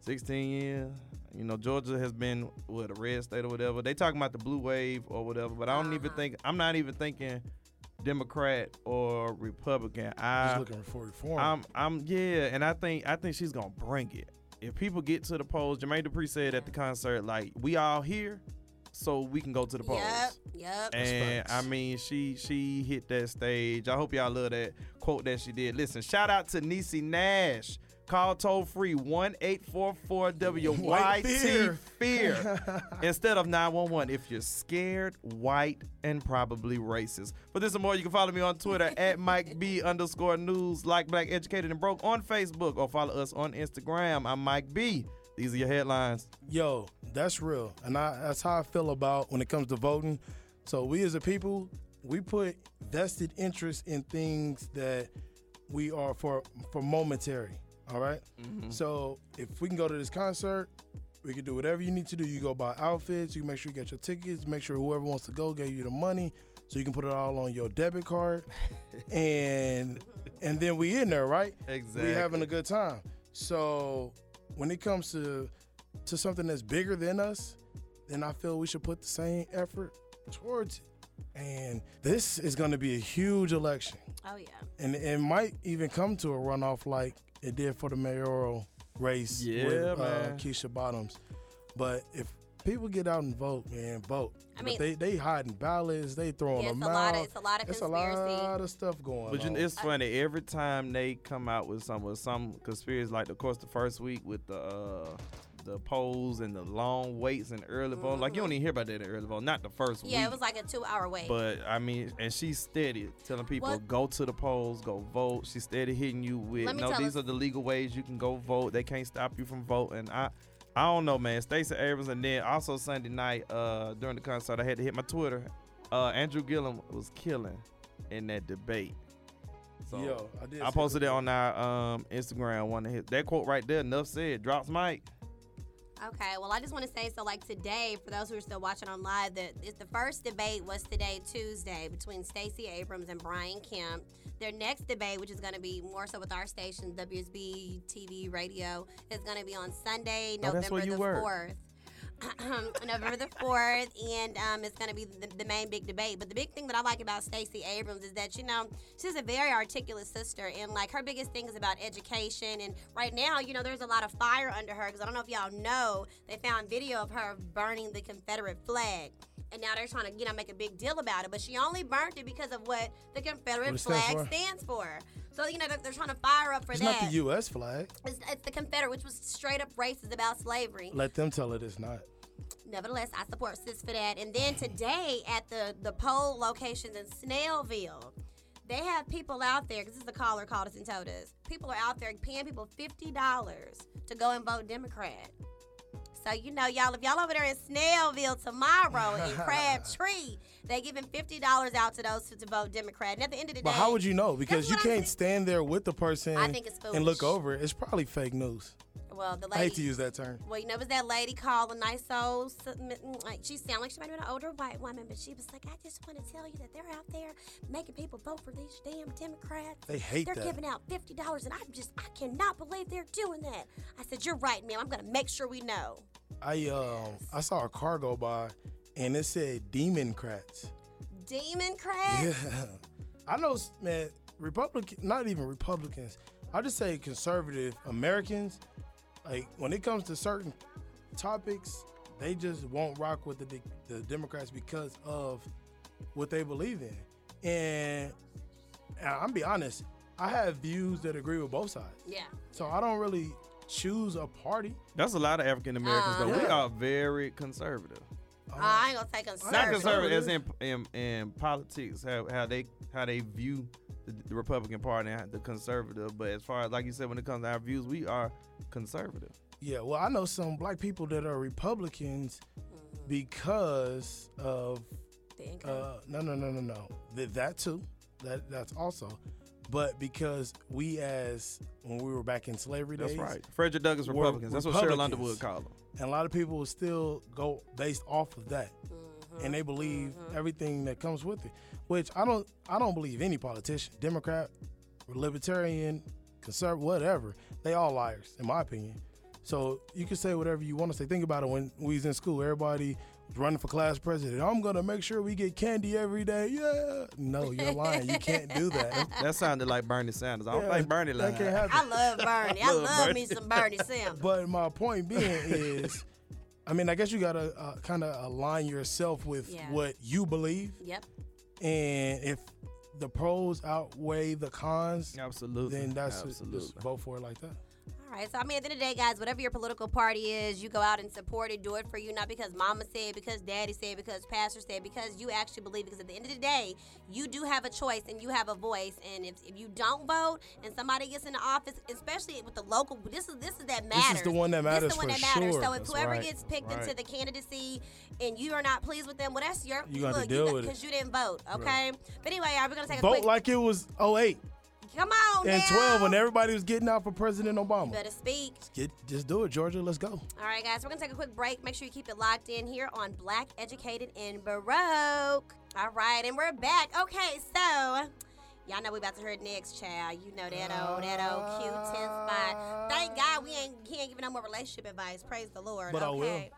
Speaker 3: 16 years. You know, Georgia has been what a red state or whatever. They talking about the blue wave or whatever, but I don't even
Speaker 2: Uh-huh.
Speaker 3: think I'm not even thinking Democrat or Republican.
Speaker 1: Just
Speaker 3: Uh, I
Speaker 1: looking for reform.
Speaker 3: I'm I'm yeah, and I think I think she's gonna bring it. If people get to the polls, Jermaine Dupri said at the concert, like, we all here, so we can go to the polls.
Speaker 2: Yep. Yep.
Speaker 3: And
Speaker 1: facts.
Speaker 3: I mean, she she hit that stage. I hope y'all love that quote that she did. Listen, shout out to Niecy Nash. Call toll free 1 844
Speaker 1: White
Speaker 3: WYT
Speaker 1: <laughs>
Speaker 3: fear instead of 911 if you're scared, white, and probably racist. For this and more, you can follow me
Speaker 1: <laughs>
Speaker 3: on Twitter at Mike B underscore news, like black, educated, and broke on Facebook, or follow us on Instagram. I'm Mike B. These are your headlines.
Speaker 1: Yo, that's real, and I, that's how I feel about when it comes to voting. So we as a people, we put vested interest in things that we are for for momentary. All right? So if we can go to this concert, we can do whatever you need to do. You go buy outfits. You make sure you get your tickets. Make sure whoever wants to go gave you the money, so you can put it all on your debit card, and and then we in there, right?
Speaker 3: Exactly.
Speaker 1: we having a good time. So when it comes to to something that's bigger than us, then I feel we should put the same effort towards it. And this is going to be a huge election,
Speaker 2: oh yeah.
Speaker 1: and it might even come to a runoff like it did for the mayoral race with
Speaker 3: Yeah,
Speaker 1: Uh,
Speaker 3: man.
Speaker 1: Keisha Bottoms. But if people get out and vote, man, vote.
Speaker 2: I mean-
Speaker 1: but they they hiding ballots, they throwing
Speaker 2: Yeah, it's
Speaker 1: them
Speaker 2: a lot
Speaker 1: out.
Speaker 2: of it's a lot of
Speaker 1: It's a
Speaker 2: conspiracy.
Speaker 1: lot of stuff going
Speaker 3: But you
Speaker 1: on.
Speaker 3: know, it's funny every time they come out with some with some conspiracy, like of course the first week with the uh, the polls and the long waits and early vote. Like you don't even hear about that in early vote. Not the first week.
Speaker 2: Mm-hmm. yeah, it was like a two hour wait.
Speaker 3: But I mean, and she's steady telling people
Speaker 2: What-
Speaker 3: go to the polls, go vote. She's steady hitting you with
Speaker 2: Let me
Speaker 3: no.
Speaker 2: tell
Speaker 3: These
Speaker 2: us-
Speaker 3: are the legal ways you can go vote. They can't stop you from voting. I. I don't know, man. Stacey Abrams, and then also Sunday night uh, during the concert, I had to hit my Twitter. Uh, Andrew Gillum was killing in that debate. So
Speaker 1: Yo, I did
Speaker 3: I
Speaker 1: see
Speaker 3: posted
Speaker 1: that.
Speaker 3: it on our um, Instagram. One of his that quote right there. Enough said. Drops mic.
Speaker 2: Okay, well, I just want to say so, like today, for those who are still watching on live, the, it's the first debate was today, Tuesday, between Stacey Abrams and Brian Kemp. Their next debate, which is going to be more so with our station, WSB TV Radio, is going to be on Sunday,
Speaker 3: Oh,
Speaker 2: November
Speaker 3: that's where you
Speaker 2: the
Speaker 3: work.
Speaker 2: 4th. <clears throat> November the 4th, and um, it's going to be the, the main big debate. But the big thing that I like about Stacey Abrams is that, you know, she's a very articulate sister, and like her biggest thing is about education. And right now, you know, there's a lot of fire under her because I don't know if y'all know, they found video of her burning the Confederate flag. And now they're trying to, you know, make a big deal about it. But she only burnt it because of what the Confederate
Speaker 1: What it stands
Speaker 2: flag
Speaker 1: for?
Speaker 2: stands for. So, you know, they're, they're trying to fire up for
Speaker 1: It's
Speaker 2: that.
Speaker 1: not the U.S. flag.
Speaker 2: it's, it's the Confederate, which was straight up racist about slavery
Speaker 1: Let them tell it it's not.
Speaker 2: nevertheless, I support sis for that. And then today at the the poll locations in Snellville, they have people out there because this is a caller called us and told us people are out there paying people fifty dollars to go and vote Democrat. So you know, y'all, if y'all over there in Snellville tomorrow in
Speaker 1: <laughs>
Speaker 2: Crabtree, they giving fifty dollars out to those to, to vote Democrat. And at the end of the
Speaker 1: But
Speaker 2: day,
Speaker 1: how would you know? Because you
Speaker 2: what I'm
Speaker 1: can't
Speaker 2: saying.
Speaker 1: stand there with the person
Speaker 2: I think it's
Speaker 1: and look
Speaker 2: foolish.
Speaker 1: over. it. It's probably fake news.
Speaker 2: Well, the
Speaker 1: I hate to
Speaker 2: lady.
Speaker 1: use that term.
Speaker 2: Well, you know, it was that lady called a nice old. submit- Like she sounded like she might have been an older white woman, but she was like, "I just want to tell you that they're out there making people vote for these damn Democrats.
Speaker 1: They hate
Speaker 2: They're
Speaker 1: that.
Speaker 2: giving out fifty dollars, and I'm just, I cannot believe they're doing that." I said, "You're right, ma'am. I'm gonna make sure we know."
Speaker 1: I um I saw a car go by, and it said Democrats.
Speaker 2: Demon crap.
Speaker 1: Yeah, <laughs> I know, s- man. Republican, not even Republicans. I just say conservative Americans. Like when it comes to certain topics, they just won't rock with the de- the Democrats because of what they believe in. And, and I'm be honest, I have views that agree with both sides.
Speaker 2: Yeah.
Speaker 1: So I don't really choose a party.
Speaker 3: That's a lot of African Americans, though. We
Speaker 1: Yeah.
Speaker 3: are very conservative.
Speaker 1: Um,
Speaker 2: Oh, I ain't gonna take
Speaker 3: Not
Speaker 1: Right.
Speaker 3: conservative
Speaker 1: conservative.
Speaker 3: as in, in in politics, how how they how they view the, the Republican Party and the conservative. But as far as like you said, when it comes to our views, we are conservative.
Speaker 1: Yeah, well, I know some black people that are Republicans because of
Speaker 2: conservative.
Speaker 1: uh, no, no, no, no, no. Th- that too. That that's also, but because we as when we were back in slavery
Speaker 3: That's
Speaker 1: days,
Speaker 3: right. Frederick Douglass
Speaker 1: We're
Speaker 3: Republicans. That's what Cheryl
Speaker 1: Republicans.
Speaker 3: Underwood called them.
Speaker 1: and a lot of people will still go based off of that, and they believe everything that comes with it. Which I don't. I don't believe any politician, Democrat, Libertarian, Conservative, whatever. They all liars, in my opinion. So you can say whatever you want to say. Think about it. When we was in school, everybody was running for class president. I'm gonna make sure we get candy every day. Yeah. No, you're lying. You can't do that.
Speaker 3: That sounded like Bernie Sanders. I don't think Bernie
Speaker 1: that
Speaker 3: lied.
Speaker 1: can't happen.
Speaker 2: I love Bernie. I
Speaker 3: love
Speaker 2: love me
Speaker 3: Bernie.
Speaker 2: some Bernie
Speaker 1: <laughs>
Speaker 2: Sanders.
Speaker 1: But my point being is, I mean, I guess you gotta uh, kind of align yourself with
Speaker 2: Yeah.
Speaker 1: what you believe,
Speaker 2: Yep.
Speaker 1: and if the pros outweigh the cons,
Speaker 3: Absolutely.
Speaker 1: then that's
Speaker 3: Absolutely.
Speaker 1: just vote for it like that.
Speaker 2: All right. So I mean, at the end of the day, guys, whatever your political party is, you go out and support it. Do it for you, not because Mama said, because Daddy said, because Pastor said, because you actually believe. Because at the end of the day, you do have a choice and you have a voice. And if, if you don't vote and somebody gets in the office, especially with the local, this is this is that matters.
Speaker 1: the one that matters
Speaker 2: This is the one
Speaker 1: for
Speaker 2: that matters.
Speaker 1: sure.
Speaker 2: So if
Speaker 1: That's
Speaker 2: whoever
Speaker 1: right.
Speaker 2: gets picked
Speaker 3: That's
Speaker 2: into
Speaker 3: right.
Speaker 2: the candidacy and you are not pleased with them, well, that's your
Speaker 1: You gotta
Speaker 2: look,
Speaker 1: deal
Speaker 2: you
Speaker 1: with it.
Speaker 2: because you didn't vote. Okay. But anyway, y'all, we're gonna take a
Speaker 1: Vote
Speaker 2: quick.
Speaker 1: like it was 08
Speaker 2: come on.
Speaker 1: and
Speaker 2: now.
Speaker 1: 12 when everybody was getting out for President Obama.
Speaker 2: Better speak.
Speaker 1: Get, just do it, Georgia. Let's go.
Speaker 2: All right, guys, we're going to take a quick break. Make sure you keep it locked in here on Black Educated and Baroque. All right, and we're back. Okay, so y'all know we about to hear it next, child. You know that old, that old cute 10 spot. Thank God we ain't, he ain't giving no more relationship advice. Praise the Lord.
Speaker 1: But I will.
Speaker 2: okay.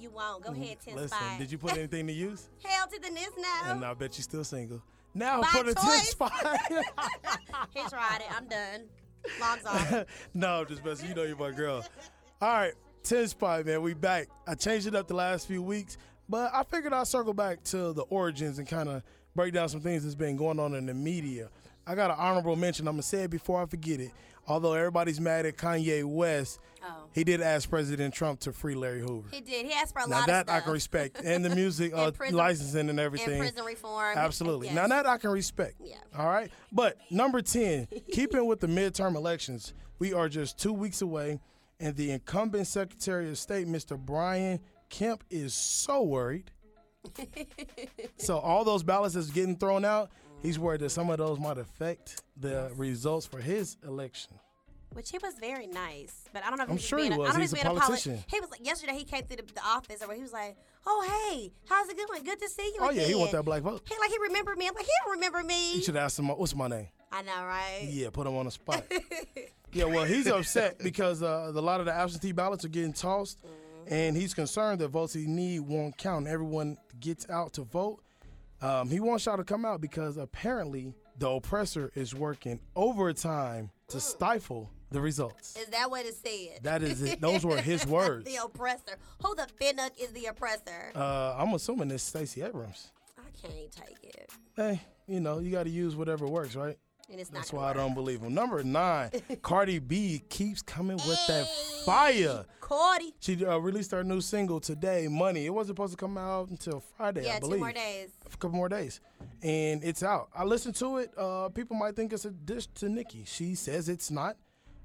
Speaker 2: You won't. Go ahead, 10
Speaker 1: Listen,
Speaker 2: spot.
Speaker 1: did you put anything to use?
Speaker 2: <laughs> Hell to the nis
Speaker 1: <laughs> And
Speaker 2: now.
Speaker 1: I bet you're still single. Now
Speaker 2: By
Speaker 1: for the 10 <laughs>
Speaker 2: choice.
Speaker 1: spot.
Speaker 2: He tried it. I'm done. Logs off.
Speaker 1: <laughs> no, I'm just messing. You know you're my girl. All right, 10 spot, man. We back. I changed it up the last few weeks, but I figured I'll circle back to the origins and kind of break down some things that's been going on in the media. I got an honorable mention. I'm going to say it before I forget it. Although everybody's mad at Kanye West,
Speaker 2: Oh.
Speaker 1: he did ask President Trump to free Larry Hoover.
Speaker 2: He did. He asked for a
Speaker 1: Now
Speaker 2: lot
Speaker 1: that
Speaker 2: of stuff.
Speaker 1: I can respect, and the
Speaker 2: <laughs>
Speaker 1: music uh,
Speaker 2: prison-
Speaker 1: licensing and
Speaker 2: and
Speaker 1: everything.
Speaker 2: prison reform.
Speaker 1: Absolutely.
Speaker 2: <laughs> Yes.
Speaker 1: Now that I can respect.
Speaker 2: Yeah.
Speaker 1: All right. But number 10, keeping with the midterm elections, we are just two weeks away, and the incumbent Secretary of State, Mr. Brian Kemp, is so
Speaker 2: <laughs>
Speaker 1: worried. so all those ballots that's getting thrown out, he's worried that some of those might affect the results for his election.
Speaker 2: Which he was very nice, but I don't know if
Speaker 1: I'm
Speaker 2: he was
Speaker 1: sure he
Speaker 2: being a-
Speaker 1: was.
Speaker 2: I don't know
Speaker 1: He's
Speaker 2: if
Speaker 1: a
Speaker 2: being poli-
Speaker 1: politician.
Speaker 2: he was like yesterday. He came through the, the office where he was like, "Oh hey, how's it going? Good to see you."
Speaker 1: Oh, yeah, he want
Speaker 2: again."
Speaker 1: that black vote.
Speaker 2: He like he remembered me. I'm like he don't remember
Speaker 1: You
Speaker 2: me.
Speaker 1: should ask him, what's my name?
Speaker 2: I know, right?
Speaker 1: Yeah, put him on the spot. yeah, well, he's upset because uh, a lot of the absentee ballots are getting tossed, and he's concerned that votes he need won't count. Everyone gets out to vote. Um, he wants y'all to come out because apparently the oppressor is working overtime to stifle the results.
Speaker 2: Is that what it said?
Speaker 1: That is
Speaker 2: <laughs>
Speaker 1: it. Those were his words.
Speaker 2: the oppressor. Who the finnuck is the oppressor?
Speaker 1: Uh, I'm assuming it's Stacey Abrams.
Speaker 2: I can't take it,
Speaker 1: Hey, you know, you got to use whatever works, right?
Speaker 2: and it's
Speaker 1: That's
Speaker 2: not.
Speaker 1: why I don't believe him. Number nine, Cardi B keeps coming with that fire.
Speaker 2: Cordy.
Speaker 1: She uh, released her new single today, "Money." It wasn't supposed to come out until Friday,
Speaker 2: Yeah,
Speaker 1: I
Speaker 2: two
Speaker 1: believe.
Speaker 2: more days.
Speaker 1: A couple more days, and it's out. I listened to it. Uh, people might think it's a dish to Nicki. She says it's not.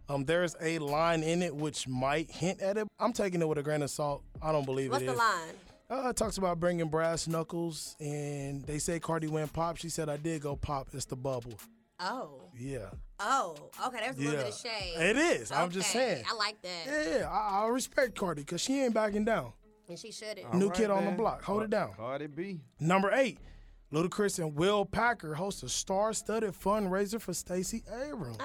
Speaker 1: Um, there's a line in it which might hint at it. I'm taking it with a grain of salt. I don't believe
Speaker 2: What's
Speaker 1: it
Speaker 2: the
Speaker 1: is.
Speaker 2: line?
Speaker 1: Uh, it talks about bringing brass knuckles, and they say Cardi went pop. She said, "I did go pop. It's the bubble."
Speaker 2: Oh.
Speaker 1: Yeah.
Speaker 2: Oh. Okay. There's a little bit of
Speaker 1: Yeah.
Speaker 2: shade.
Speaker 1: It is. I'm just
Speaker 2: Okay,
Speaker 1: saying.
Speaker 2: I like that.
Speaker 1: Yeah, I, I respect Cardi because she ain't backing down.
Speaker 2: And she shouldn't.
Speaker 1: New
Speaker 3: Alright,
Speaker 1: kid on the
Speaker 3: man.
Speaker 1: block. Hold it down.
Speaker 3: Cardi B.
Speaker 1: Number eight, Ludacris and Will Packer host a star-studded fundraiser for Stacey Abrams.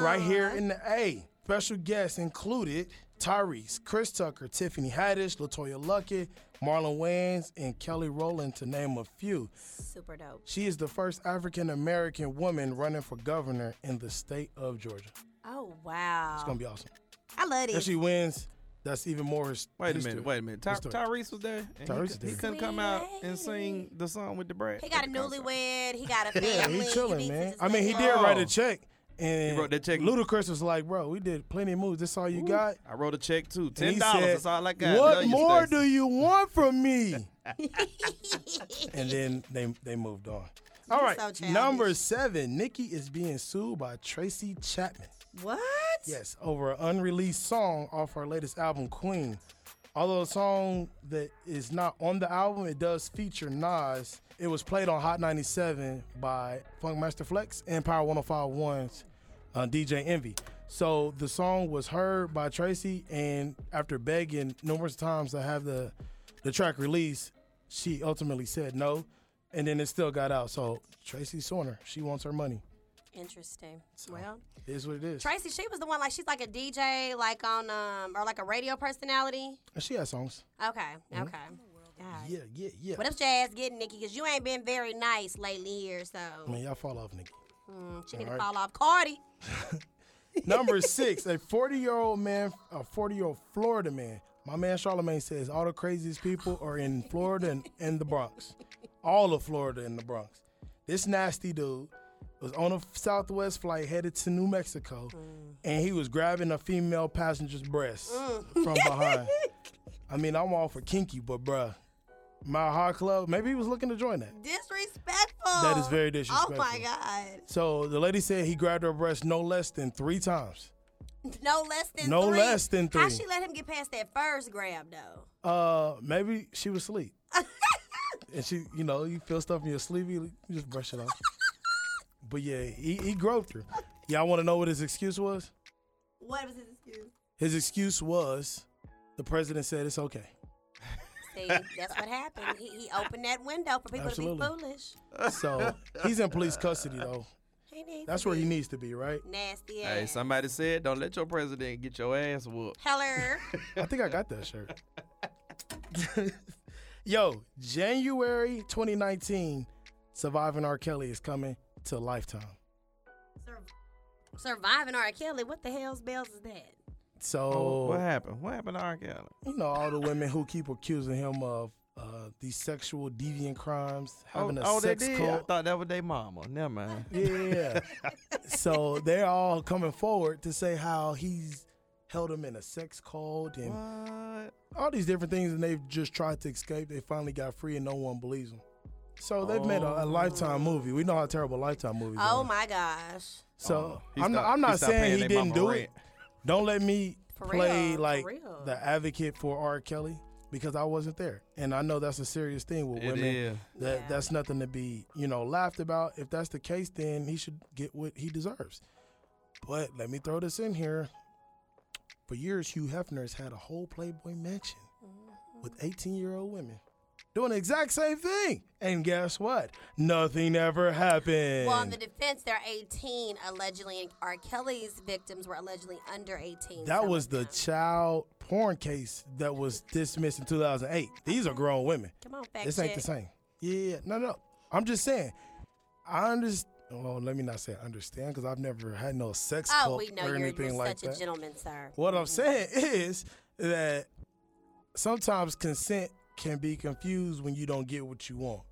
Speaker 1: Right here in the A. Special guests included Tyrese, Chris Tucker, Tiffany Haddish, Latoya Luckett, Marlon Wayans, and Kelly Rowland, to name a few.
Speaker 2: Super dope.
Speaker 1: She is the first African American woman running for governor in the state of Georgia.
Speaker 2: Oh wow.
Speaker 1: It's gonna be awesome.
Speaker 2: I love
Speaker 1: If
Speaker 2: this.
Speaker 1: she wins, that's even more. His,
Speaker 3: Wait a
Speaker 1: history.
Speaker 3: minute, wait a minute. Ty-
Speaker 1: History.
Speaker 3: Tyrese was there. and
Speaker 1: Tyrese
Speaker 3: he,
Speaker 1: is
Speaker 3: cou- he
Speaker 1: there.
Speaker 3: couldn't come out and sing the song with the bread.
Speaker 2: he got a
Speaker 3: at the concert.
Speaker 2: newlywed.
Speaker 1: <laughs>
Speaker 2: He got a family.
Speaker 1: Yeah, he
Speaker 2: He
Speaker 1: chilling,
Speaker 2: beats
Speaker 1: man.
Speaker 2: his
Speaker 1: I mean, he
Speaker 2: butt
Speaker 1: did
Speaker 2: off.
Speaker 1: write a check, and
Speaker 3: Oh. He wrote that check.
Speaker 1: Ludacris was like, "Bro, we did plenty of moves. This all you got."
Speaker 3: I wrote a check too.
Speaker 1: And
Speaker 3: Ten
Speaker 1: he
Speaker 3: dollars.
Speaker 1: said,
Speaker 3: That's all I got.
Speaker 1: What
Speaker 3: Love you,
Speaker 1: more
Speaker 3: Stacey."
Speaker 1: do you want from
Speaker 2: <laughs>
Speaker 1: me? and then they they moved on. All
Speaker 2: You're
Speaker 1: right,
Speaker 2: so
Speaker 1: number
Speaker 2: childish.
Speaker 1: seven. Nikki is being sued by Tracy Chapman.
Speaker 2: What?
Speaker 1: Yes, over an unreleased song off her latest album, Queen. Although a song that is not on the album, it does feature Nas. It was played on Hot 97 by Funkmaster Flex and Power 105.1's uh, DJ Envy. So the song was heard by Tracy, and after begging numerous times to have the the track released, she ultimately said no, and then it still got out. So Tracy Sorner, she wants her money.
Speaker 2: Interesting. Well,
Speaker 1: It is what it is.
Speaker 2: Tracy, she was the one like she's like a DJ, like on um or like a radio personality.
Speaker 1: And she has songs.
Speaker 2: Okay.
Speaker 1: Mm-hmm.
Speaker 2: Okay. God.
Speaker 1: Yeah, yeah, yeah.
Speaker 2: What if your ass getting Nikki? Because you ain't been very nice lately here, so
Speaker 1: Man, y'all fall off, nigga.
Speaker 2: mm, she need to
Speaker 1: Alright.
Speaker 2: fall off. Cardi.
Speaker 1: Number six, a 40 year old man, a 40 year old Florida man. My man Charlemagne says all the craziest people are in Florida and, and the Bronx. All of Florida and the Bronx. This nasty dude was on a Southwest flight headed to New Mexico, and he was grabbing a female passenger's breast from behind. I mean, I'm all for kinky, but bruh, my hot club, maybe he was looking to join that.
Speaker 2: <laughs> Disrespectful.
Speaker 1: That is very disrespectful.
Speaker 2: Oh my God.
Speaker 1: So the lady said he grabbed her breast no less than three times.
Speaker 2: No less than
Speaker 1: No
Speaker 2: three.
Speaker 1: less than
Speaker 2: How
Speaker 1: three.
Speaker 2: she let him get past that first grab though?
Speaker 1: Uh, maybe she was asleep. and she, you know, you feel stuff in your sleeve, you just brush it off. but yeah, he, he groped her. Y'all want to know what his excuse was?
Speaker 2: What was his excuse?
Speaker 1: His excuse was the president said it's okay.
Speaker 2: See, that's what happened. He, he opened that window for people
Speaker 1: Absolutely.
Speaker 2: to be foolish.
Speaker 1: So he's in police custody though.
Speaker 2: He needs
Speaker 1: That's
Speaker 2: to
Speaker 1: where he
Speaker 2: be
Speaker 1: needs to be, right?
Speaker 2: nasty ass.
Speaker 3: Hey, somebody said, don't let your president get your ass whooped.
Speaker 2: Heller.
Speaker 1: I think I got that shirt. <laughs> Yo, January 2019, Surviving R. Kelly is coming to Lifetime.
Speaker 2: Sur- surviving R. Kelly. What the hell's bells is that?
Speaker 1: So
Speaker 3: Oh, What happened? What happened to R. Kelly?
Speaker 1: you know all the women who keep accusing him of uh, these sexual deviant crimes, having
Speaker 3: oh,
Speaker 1: a
Speaker 3: oh, they
Speaker 1: sex
Speaker 3: did. I
Speaker 1: cult.
Speaker 3: thought that was their mama. Never mind.
Speaker 1: Yeah.
Speaker 3: <laughs>
Speaker 1: so they're all coming forward to say how he's held him in a sex cult and
Speaker 3: What?
Speaker 1: all these different things, and they've just tried to escape. They finally got free, and no one believes them. So they've made
Speaker 3: Oh.
Speaker 1: a, a lifetime movie. We know how terrible lifetime movies are.
Speaker 2: Oh my gosh.
Speaker 1: So
Speaker 3: Oh, he
Speaker 1: I'm not.
Speaker 3: stopped-
Speaker 1: I'm
Speaker 3: he
Speaker 1: not
Speaker 3: stopped
Speaker 1: saying
Speaker 3: paying
Speaker 1: he
Speaker 3: they
Speaker 1: didn't
Speaker 3: mama
Speaker 1: do
Speaker 3: rent.
Speaker 1: it. Don't let me
Speaker 2: For
Speaker 1: play
Speaker 2: real, for
Speaker 1: like
Speaker 2: real.
Speaker 1: the advocate for R. Kelly because I wasn't there, and I know that's a serious thing with
Speaker 3: It
Speaker 1: women.
Speaker 3: is.
Speaker 1: That
Speaker 2: Yeah.
Speaker 1: that's nothing to be you know laughed about. If that's the case, then he should get what he deserves. But let me throw this in here. For years, Hugh Hefner has had a whole Playboy mansion
Speaker 2: Mm-hmm.
Speaker 1: with 18 year old women. Doing the exact same thing. And guess what? Nothing ever happened.
Speaker 2: Well, in the defense, they're 18 allegedly, and R. Kelly's victims were allegedly under 18.
Speaker 1: That
Speaker 2: some
Speaker 1: was
Speaker 2: of
Speaker 1: the
Speaker 2: them.
Speaker 1: child porn case that was dismissed in 2008. These are grown women.
Speaker 2: Come on, fact
Speaker 1: This ain't the
Speaker 2: check.
Speaker 1: same. Yeah, no, no. I'm just saying. I understand. Well, let me not say I understand because I've never had no sex
Speaker 2: Oh,
Speaker 1: cult
Speaker 2: we know
Speaker 1: or
Speaker 2: you're, you're
Speaker 1: anything like
Speaker 2: such
Speaker 1: that.
Speaker 2: a gentleman, sir.
Speaker 1: What I'm saying <laughs> is that sometimes consent can be confused when you don't get what you want.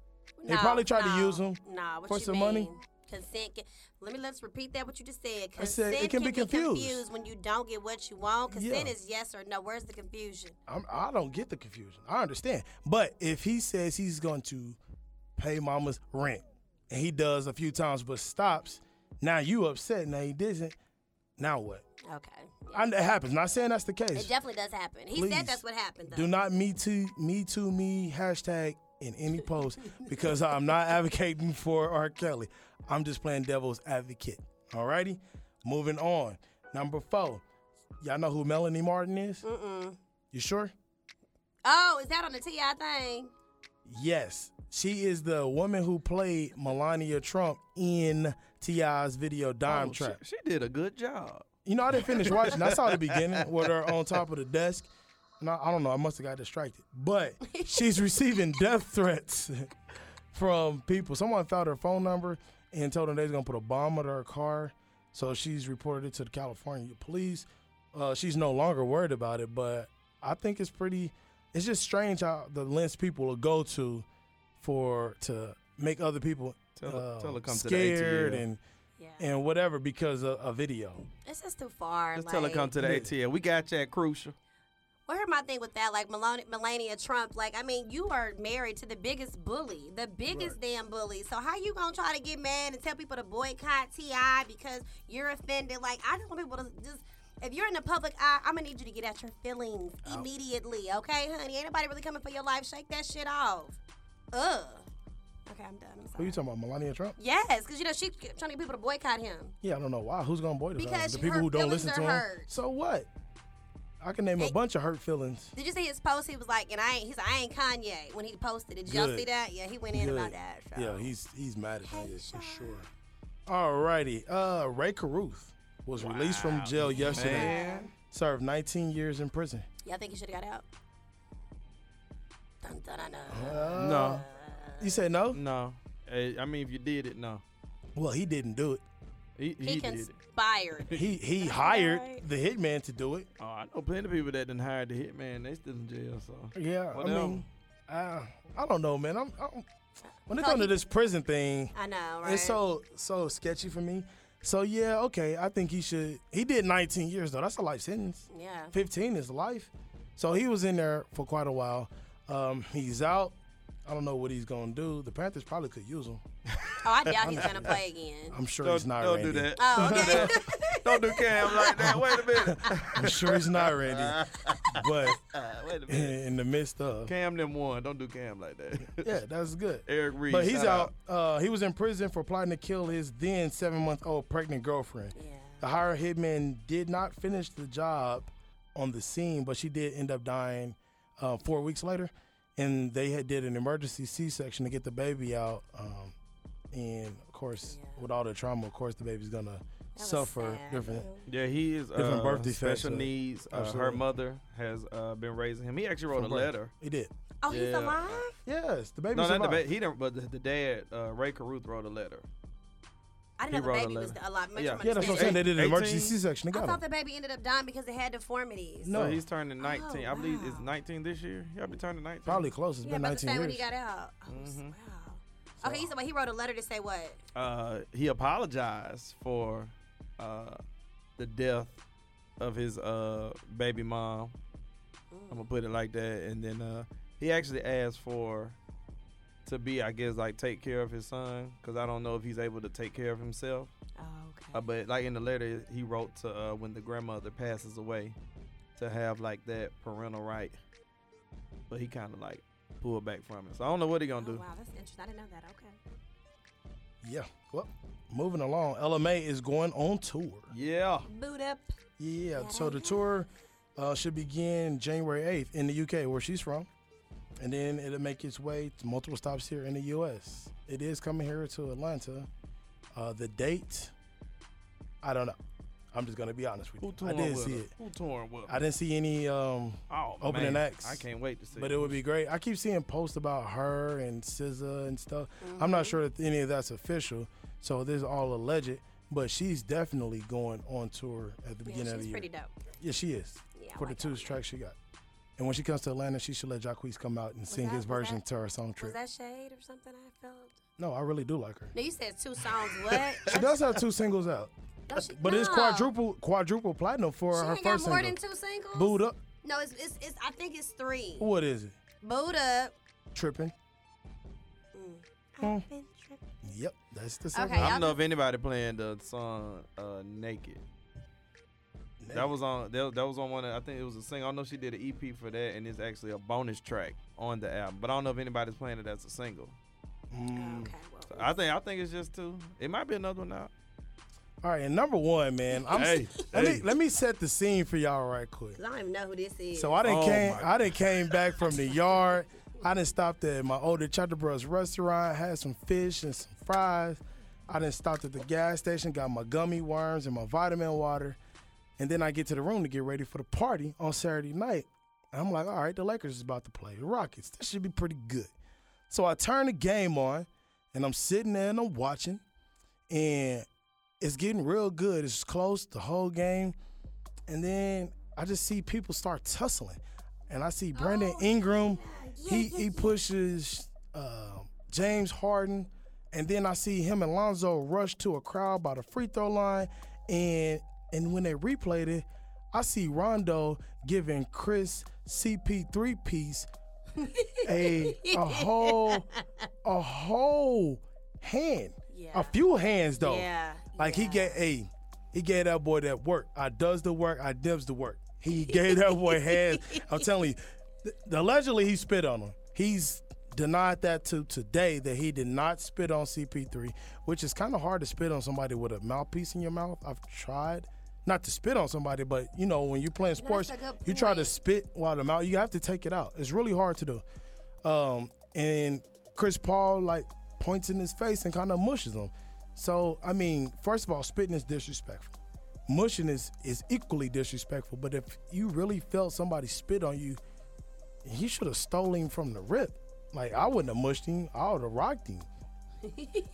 Speaker 1: They probably tried to use 'em
Speaker 2: Nah, what
Speaker 1: for
Speaker 2: you
Speaker 1: some
Speaker 2: mean?
Speaker 1: money.
Speaker 2: Consent. Can, let me let's repeat that. What you just said.
Speaker 1: I
Speaker 2: Consent
Speaker 1: said it can be confused.
Speaker 2: when you don't get what you want. Consent
Speaker 1: Yeah.
Speaker 2: is yes or no. Where's the confusion?
Speaker 1: I'm, I don't get the confusion. I understand. But if he says he's going to pay mama's rent and he does a few times but stops, now you upset. Now he doesn't. Now what?
Speaker 2: Okay.
Speaker 1: I, it happens. Not saying that's the
Speaker 2: It
Speaker 1: case.
Speaker 2: definitely does happen. He
Speaker 1: Please,
Speaker 2: said that's what happened. Though.
Speaker 1: Do not me too, me too, me hashtag in any post because I'm
Speaker 2: <laughs>
Speaker 1: not advocating for R. Kelly. I'm just playing devil's advocate. Alrighty, moving on. Number four. Y'all know who Melanie Martin is?
Speaker 2: Mm-mm.
Speaker 1: You sure?
Speaker 2: Oh, is that on the TI thing?
Speaker 1: Yes. She is the woman who played Melania Trump in T.I.'s video Dime
Speaker 3: Oh, she-
Speaker 1: Trap.
Speaker 3: She, did a good job.
Speaker 1: You know, I didn't finish watching. I saw the beginning with her on top of the desk. No, I don't know. I must have got distracted. But she's receiving death threats from people. Someone found her phone number and told her they was gonna put a bomb under her car. So she's reported it to the California police. Uh, she's no longer worried about it, but I think it's pretty. It's just strange how the lengths people will go to for to make other people
Speaker 3: Tell,
Speaker 1: uh,
Speaker 3: her, tell her come
Speaker 1: scared
Speaker 3: to the ATL.
Speaker 1: and
Speaker 2: Yeah.
Speaker 1: and whatever because of a video.
Speaker 2: it's just too far.
Speaker 3: Just
Speaker 2: like,
Speaker 3: tell her come to the
Speaker 1: Yeah.
Speaker 3: ATL. We got you at Crucial.
Speaker 2: Well, here's my thing with that, like Melania, Melania Trump. Like, I mean, you are married to the biggest bully, the biggest damn bully. So how you gonna try to get mad and tell people to boycott Ti because you're offended? Like, I just want people to just. If you're in the public eye, I'm gonna need you to get at your feelings
Speaker 1: Oh.
Speaker 2: immediately, okay, honey? Ain't nobody really coming for your life. Shake that shit off. Ugh. Okay, I'm done. I'm
Speaker 1: Who you
Speaker 2: sorry.
Speaker 1: talking about, Melania Trump?
Speaker 2: Yes, because you know she's trying to get people to boycott him.
Speaker 1: Yeah, I don't know why. Who's gonna boycott
Speaker 2: Because
Speaker 1: the
Speaker 2: she-
Speaker 1: people
Speaker 2: her
Speaker 1: who don't
Speaker 2: feelings
Speaker 1: listen to
Speaker 2: are
Speaker 1: him?
Speaker 2: hurt.
Speaker 1: So what? I can name a
Speaker 2: Hey.
Speaker 1: bunch of hurt feelings.
Speaker 2: Did you see his post? He was like, and I ain't. He's like, I ain't Kanye when he posted it. Did y'all
Speaker 1: Good.
Speaker 2: see that? Yeah, he went in about
Speaker 1: Good.
Speaker 2: that. So.
Speaker 1: Yeah, he's he's mad at
Speaker 2: Hey,
Speaker 1: me for
Speaker 2: Sean.
Speaker 1: sure. Alrighty, uh, Ray Caruth was released from jail yesterday.
Speaker 3: Man.
Speaker 1: Served 19 years in prison.
Speaker 2: Y'all think he should have got out? Dun, dun, dun, dun.
Speaker 1: Uh.
Speaker 3: No,
Speaker 1: You said no?
Speaker 3: no. Eh, I mean, if you did it, no.
Speaker 1: Well, he didn't do it.
Speaker 3: He, he,
Speaker 2: he
Speaker 3: did it.
Speaker 2: conspired.
Speaker 1: He he hired
Speaker 2: right.
Speaker 1: the hitman to do it.
Speaker 3: Oh, I know plenty of people that done hired the hitman. They still in jail, so.
Speaker 1: Yeah, I
Speaker 3: Whatever.
Speaker 1: mean, uh, I don't know, man. I'm, I'm when it
Speaker 2: So
Speaker 1: comes to
Speaker 2: he-
Speaker 1: this prison thing,
Speaker 2: I know, right?
Speaker 1: It's so so sketchy for me. So yeah, okay. I think he should. He did 19 years though. That's a life sentence.
Speaker 2: yeah.
Speaker 1: 15 is life. So he was in there for quite a while. Um, he's out. I don't know what he's gonna do. The Panthers probably could use him.
Speaker 2: Oh, I doubt he's gonna play again.
Speaker 1: I'm sure
Speaker 3: Don't,
Speaker 1: he's not
Speaker 3: don't
Speaker 1: Randy.
Speaker 3: do that.
Speaker 2: Oh,
Speaker 3: Don't do
Speaker 2: okay.
Speaker 3: that. Don't do Cam like that. Wait a minute.
Speaker 1: I'm sure he's not Randy. but <laughs>
Speaker 3: Ah, Wait a minute.
Speaker 1: in the midst of
Speaker 3: Cam them one. Don't do Cam like that. <laughs>
Speaker 1: yeah, that's good.
Speaker 3: Eric Reed.
Speaker 1: But he's
Speaker 3: shout
Speaker 1: out. Uh, he was in prison for plotting to kill his then seven-month-old pregnant girlfriend. The
Speaker 2: Yeah.
Speaker 1: hired hitman did not finish the job on the scene, but she did end up dying uh, four weeks later. And they had did an emergency C-section to get the baby out. Um, and of course,
Speaker 2: Yeah.
Speaker 1: with all the trauma, of course, the baby's gonna
Speaker 2: That was
Speaker 1: suffer
Speaker 2: sad.
Speaker 1: different.
Speaker 3: Yeah, he is
Speaker 1: Different
Speaker 3: uh,
Speaker 1: birth defects,
Speaker 3: special
Speaker 1: uh,
Speaker 3: needs. Uh, her
Speaker 1: absolutely.
Speaker 3: mother has uh, been raising him. He actually wrote a
Speaker 1: from birth.
Speaker 3: letter.
Speaker 1: He did.
Speaker 2: Oh, he's
Speaker 3: Yeah.
Speaker 2: alive.
Speaker 1: Yes, the baby.
Speaker 3: No, not the
Speaker 1: survived.
Speaker 3: ba- he didn't. But the, the dad, uh, Ray Caruth, wrote a letter.
Speaker 2: I
Speaker 3: He
Speaker 2: didn't know
Speaker 3: wrote
Speaker 2: the
Speaker 3: a
Speaker 2: baby was
Speaker 3: letter.
Speaker 2: alive. Much
Speaker 3: Yeah.
Speaker 2: of
Speaker 1: Yeah, that's what I'm saying. They did an
Speaker 3: 18?
Speaker 1: emergency C-section. They
Speaker 2: I
Speaker 1: got
Speaker 2: thought
Speaker 1: him.
Speaker 2: the baby ended up dying because it had deformities.
Speaker 1: No,
Speaker 3: So he's turning 19. I believe it's
Speaker 2: wow.
Speaker 3: 19 this year. He'll be turning 19.
Speaker 1: probably close. It's
Speaker 2: yeah,
Speaker 1: been
Speaker 2: about the
Speaker 1: 19
Speaker 2: same when
Speaker 1: years.
Speaker 2: he got out. Oh,
Speaker 3: Mhm.
Speaker 2: wow. Okay, you said what he wrote a letter to say what?
Speaker 3: Uh, he apologized for uh, the death of his uh, baby mom. I'm
Speaker 2: Mm.
Speaker 3: gonna put it like that. And then uh, he actually asked for to be, I guess, like take care of his son, because I don't know if he's able to take care of himself.
Speaker 2: Oh,
Speaker 3: Uh, but like in the letter he wrote to uh, when the grandmother passes away, to have like that parental right. But he kind of like pulled back from it. So I don't know what he gonna
Speaker 2: Oh,
Speaker 3: do.
Speaker 2: wow, that's interesting. I didn't know that. Okay.
Speaker 1: Yeah. Well, moving along. LMA is going on tour.
Speaker 3: Yeah.
Speaker 2: Boot up.
Speaker 1: Yeah, so the
Speaker 2: Yeah.
Speaker 1: tour uh, should begin January 8th in the UK, where she's from. And then it'll make its way to multiple stops here in the US. It is coming here to Atlanta. Uh, the date, I don't know. I'm just going to be honest with
Speaker 3: Who
Speaker 1: you.
Speaker 3: torn
Speaker 1: I didn't
Speaker 3: with
Speaker 1: see
Speaker 3: her?
Speaker 1: it.
Speaker 3: Who torn with? her?
Speaker 1: I didn't see any, um,
Speaker 3: oh,
Speaker 1: opening
Speaker 3: man.
Speaker 1: acts.
Speaker 3: I can't wait to see.
Speaker 1: but it would be great. I keep seeing posts about her and SZA and stuff. I'm
Speaker 2: Mm-hmm.
Speaker 1: not sure if any of that's official, so this is all alleged. But she's definitely going on tour at the beginning
Speaker 2: yeah,
Speaker 1: of
Speaker 2: she's
Speaker 1: the year.
Speaker 2: pretty dope.
Speaker 1: Yeah, she is.
Speaker 2: Yeah, I
Speaker 1: for the
Speaker 2: like
Speaker 1: two
Speaker 2: that.
Speaker 1: tracks she got. And when she comes to Atlanta, she should let Jacquees come out and sing
Speaker 2: that-
Speaker 1: his
Speaker 2: was
Speaker 1: version
Speaker 2: that-
Speaker 1: to her song
Speaker 2: Was
Speaker 1: Trip.
Speaker 2: that shade or something I felt?
Speaker 1: no, I really do like her.
Speaker 2: No, you said two songs. What?
Speaker 1: <laughs> She does have two singles out,
Speaker 2: No, she-
Speaker 1: but it's
Speaker 2: no.
Speaker 1: quadruple quadruple platinum for
Speaker 2: She
Speaker 1: her
Speaker 2: ain't
Speaker 1: first
Speaker 2: got more
Speaker 1: single.
Speaker 2: than two singles.
Speaker 1: Booed up.
Speaker 2: No, it's, it's it's I think it's three.
Speaker 1: What is it?
Speaker 2: Boot up.
Speaker 1: Tripping.
Speaker 2: I've been tripping.
Speaker 1: Yep, that's the second.
Speaker 2: Okay,
Speaker 3: I
Speaker 2: y'all
Speaker 3: don't know if anybody playing the song uh, "Naked."
Speaker 1: Naked.
Speaker 3: That was on that, that was on one. Of, I think it was a single. I know she did an EP for that, and it's actually a bonus track on the album. But I don't know if anybody's playing it as a single.
Speaker 1: Mm.
Speaker 2: Oh, Okay. Well,
Speaker 3: So I think I think it's just two. It might be another one out.
Speaker 1: All right, and number one, man. I'm,
Speaker 4: Hey,
Speaker 1: let,
Speaker 4: hey.
Speaker 1: Me, let me set the scene for y'all right quick.
Speaker 2: 'cause I don't even know who this is.
Speaker 1: So I didn't
Speaker 4: Oh,
Speaker 1: came
Speaker 4: my-
Speaker 1: I didn't came back from the yard. I didn't stopped at my older Chapter Bros restaurant, had some fish and some fries. I didn't stopped at the gas station, got my gummy worms and my vitamin water. And then I get to the room to get ready for the party on Saturday night. And I'm like, all right, the Lakers is about to play the Rockets. This should be pretty good. So I turn the game on and I'm sitting there and I'm watching. And it's getting real good. It's close the whole game. And then I just see people start tussling. And I see Brandon Ingram. he he pushes uh, James Harden. And then I see him and Lonzo rush to a crowd by the free throw line. And and when they replayed it, I see Rondo giving Chris CP3 piece a a whole a whole hand.
Speaker 2: Yeah.
Speaker 1: A few hands though.
Speaker 2: Yeah,
Speaker 1: Like he
Speaker 2: yeah.
Speaker 1: gave a he gave that boy that work. I does the work, I dibs the work. He <laughs> gave that boy hands. I'm telling you, th- allegedly he spit on him. He's denied that to today that he did not spit on CP3, which is kind of hard to spit on somebody with a mouthpiece in your mouth. I've tried not to spit on somebody, but you know when you're playing sports,
Speaker 2: a good
Speaker 1: you try to
Speaker 2: point.
Speaker 1: spit while the mouth. You have to take it out. It's really hard to do. Um, and Chris Paul like points in his face and kind of mushes him. So I mean, first of all, spitting is disrespectful. Mushing is is equally disrespectful. But if you really felt somebody spit on you, he should have stolen him from the rip. Like I wouldn't have mushed him. I would have rocked
Speaker 2: <laughs>
Speaker 1: him.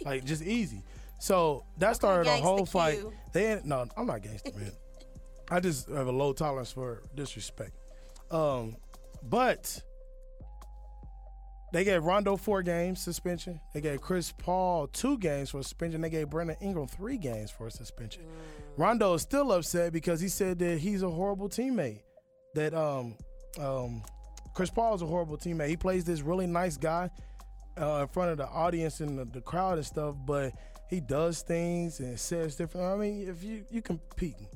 Speaker 1: like just easy. So that started a
Speaker 2: gangsta
Speaker 1: whole fight.
Speaker 2: Q.
Speaker 1: They ain't, no, I'm not gangster man. I just have a low tolerance for disrespect. Um, but they gave Rondo four games suspension. They gave Chris Paul two games for suspension. They gave Brandon Ingram three games for suspension.
Speaker 2: Mm.
Speaker 1: Rondo is still upset because he said that he's a horrible teammate. That um, um, Chris Paul is a horrible teammate. He plays this really nice guy uh, in front of the audience and the, the crowd and stuff, but he does things and says different. I mean, if you you competing,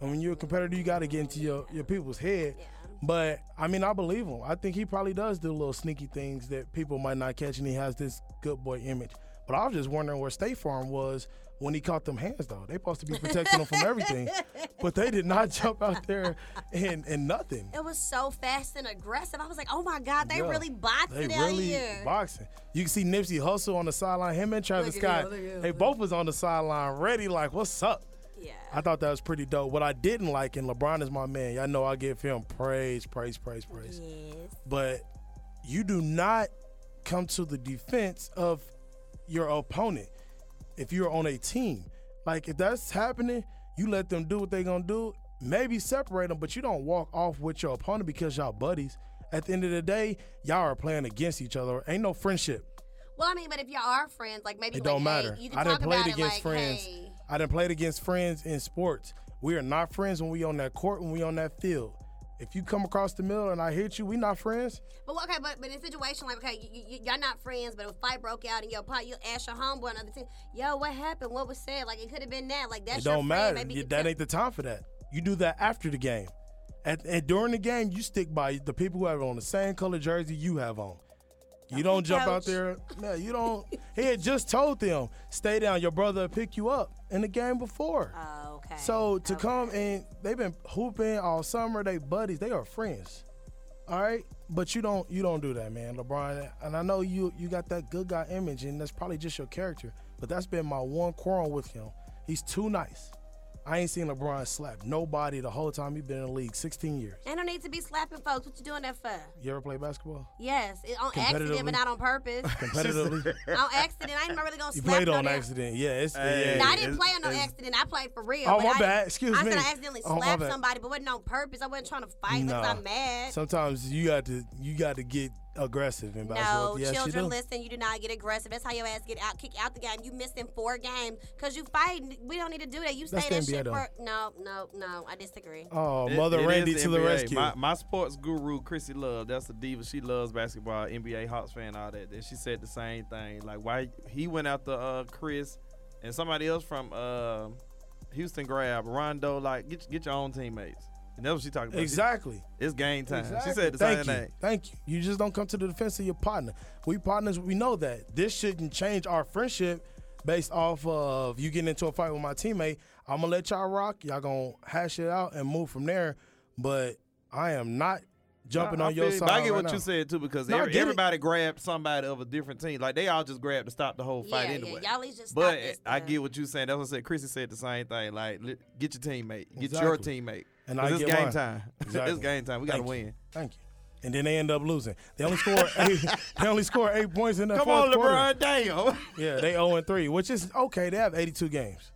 Speaker 1: and when you're a competitor, you got to get into your your people's head. But I mean, I believe him. I think he probably does do little sneaky things that people might not catch, and he has this good boy image. But I was just wondering where State Farm was when he caught them hands, though. They supposed to be protecting him from everything, but they did not <laughs> jump out there and and nothing.
Speaker 2: It was so fast and aggressive. I was like, oh my God, they
Speaker 1: Yeah.
Speaker 2: really boxed
Speaker 1: They
Speaker 2: it out
Speaker 1: really
Speaker 2: here.
Speaker 1: boxing. You can see Nipsey Hustle on the sideline. Him and Travis
Speaker 2: Look at him,
Speaker 1: Scott,
Speaker 2: look at him.
Speaker 1: they both was on the sideline, ready like, "What's up?"
Speaker 2: yeah.
Speaker 1: I thought that was pretty dope. What I didn't like, and LeBron is my man. Y'all know I give him praise, praise, praise, praise.
Speaker 2: yes.
Speaker 1: But you do not come to the defense of your opponent if you're on a team. Like if that's happening, you let them do what they gonna do. Maybe separate them, but you don't walk off with your opponent because y'all buddies. At the end of the day, y'all are playing against each other. Ain't no friendship.
Speaker 2: Well, I mean, but if y'all are friends, like maybe
Speaker 1: It
Speaker 2: like,
Speaker 1: don't
Speaker 2: hey,
Speaker 1: matter.
Speaker 2: you can
Speaker 1: I didn't
Speaker 2: talk
Speaker 1: play
Speaker 2: about
Speaker 1: it against
Speaker 2: like,
Speaker 1: friends.
Speaker 2: hey.
Speaker 1: I didn't play it against friends in sports. We are not friends when we on that court, when we on that field. If you come across the middle and I hit you, we not friends.
Speaker 2: But okay, but but in a situation like okay, you, you, y'all not friends, but a fight broke out and your pot, you ask your homeboy another team, yo, what happened? What was said? Like it could have been that. Like that's
Speaker 1: it
Speaker 2: your
Speaker 1: don't matter.
Speaker 2: friend. Maybe
Speaker 1: You-
Speaker 2: you
Speaker 1: that
Speaker 2: tell-
Speaker 1: ain't the time for that. You do that after the game. At, and during the game, you stick by the people who have on the same color jersey you have on. You don't jump out
Speaker 2: coach. <laughs>
Speaker 1: there. No, you don't. he had just told them, stay down. Your brother will pick you up in the game before.
Speaker 2: Oh, okay.
Speaker 1: So to
Speaker 2: Okay.
Speaker 1: come and they've been hooping all summer. They buddies. They are friends. All right, but you don't you don't do that, man, LeBron. And I know you you got that good guy image, and that's probably just your character. But that's been my one quarrel with him. He's too nice. I ain't seen LeBron slap nobody the whole time he been in the league, 16 years.
Speaker 2: I don't need to be slapping folks. What you doing that for?
Speaker 1: You ever play
Speaker 3: <laughs>
Speaker 1: basketball
Speaker 2: Yes, it, on accident,
Speaker 1: Competitively?
Speaker 2: but not on
Speaker 1: <laughs>
Speaker 2: purpose.
Speaker 1: competitively?
Speaker 2: on accident, I ain't really gonna
Speaker 1: you
Speaker 2: slap
Speaker 1: played
Speaker 2: no
Speaker 1: on
Speaker 2: damn-
Speaker 1: accident, yeah. It's
Speaker 3: Hey.
Speaker 2: No,
Speaker 1: yeah.
Speaker 2: I didn't
Speaker 3: It's-
Speaker 2: play on no
Speaker 3: it's-
Speaker 2: accident. I played for real.
Speaker 1: Oh,
Speaker 2: but
Speaker 1: my
Speaker 2: I
Speaker 1: bad.
Speaker 2: didn't-
Speaker 1: Excuse
Speaker 2: I
Speaker 1: me.
Speaker 2: said I accidentally
Speaker 1: Oh, my
Speaker 2: slapped
Speaker 1: bad.
Speaker 2: somebody, but wasn't on purpose. I wasn't trying to fight.
Speaker 1: No.
Speaker 2: because I'm mad.
Speaker 1: Sometimes you got to you got to get aggressive in basketball.
Speaker 2: no,
Speaker 1: yes, you
Speaker 2: children,
Speaker 1: do.
Speaker 2: listen. You do not get aggressive. That's how your ass get out, kick out the game. You missing four games because you fighting. We don't need to do that. You
Speaker 1: That's
Speaker 2: say
Speaker 1: the
Speaker 2: that
Speaker 1: NBA
Speaker 2: shit
Speaker 1: though.
Speaker 2: for no, no, no. I disagree.
Speaker 1: Oh,
Speaker 3: It-
Speaker 1: Mother
Speaker 3: it is
Speaker 1: Randy to the
Speaker 3: NBA.
Speaker 1: rescue.
Speaker 3: My, my sports guru, Chrissy Love, that's the diva. She loves basketball, NBA Hawks fan, all that. And she said the same thing. Like why he went after uh, Chris and somebody else from uh, Houston grab Rondo. Like get get your own teammates. And that's what she talking about.
Speaker 1: Exactly.
Speaker 3: It's game time.
Speaker 1: Exactly.
Speaker 3: She said the
Speaker 1: Thank
Speaker 3: same
Speaker 1: you.
Speaker 3: thing.
Speaker 1: Thank you. You just don't come to the defense of your partner. We partners, we know that. This shouldn't change our friendship based off of you getting into a fight with my teammate. I'm gonna let y'all rock. Y'all gonna hash it out and move from there. But I am not jumping
Speaker 3: I- I
Speaker 1: on your
Speaker 3: feel you,
Speaker 1: side.
Speaker 3: But I get
Speaker 1: right
Speaker 3: what
Speaker 1: now.
Speaker 3: you said too, because
Speaker 1: No, I
Speaker 3: every-
Speaker 1: get it.
Speaker 3: everybody grabbed somebody of a different team. Like they all just grabbed to stop the whole fight
Speaker 2: yeah,
Speaker 3: anyway.
Speaker 2: yeah. Y'all is just
Speaker 3: but
Speaker 2: stop this
Speaker 3: I
Speaker 2: stuff.
Speaker 3: get what you saying. That's what I said. Chrissy said the same thing. Like li- get your teammate, get your
Speaker 1: Exactly.
Speaker 3: teammate.
Speaker 1: And
Speaker 3: 'Cause
Speaker 1: I
Speaker 3: it's
Speaker 1: get
Speaker 3: game
Speaker 1: mine.
Speaker 3: time. <laughs>
Speaker 1: Exactly.
Speaker 3: it's game time. We gotta
Speaker 1: Thank you.
Speaker 3: win.
Speaker 1: Thank you. And then they end up losing. They only
Speaker 3: <laughs>
Speaker 1: score eight. They only score eight points in the
Speaker 3: Come
Speaker 1: fourth
Speaker 3: on,
Speaker 1: quarter.
Speaker 3: LeBron. Damn. <laughs>
Speaker 1: Yeah, they 0 and 3, which is okay. They have 82 games.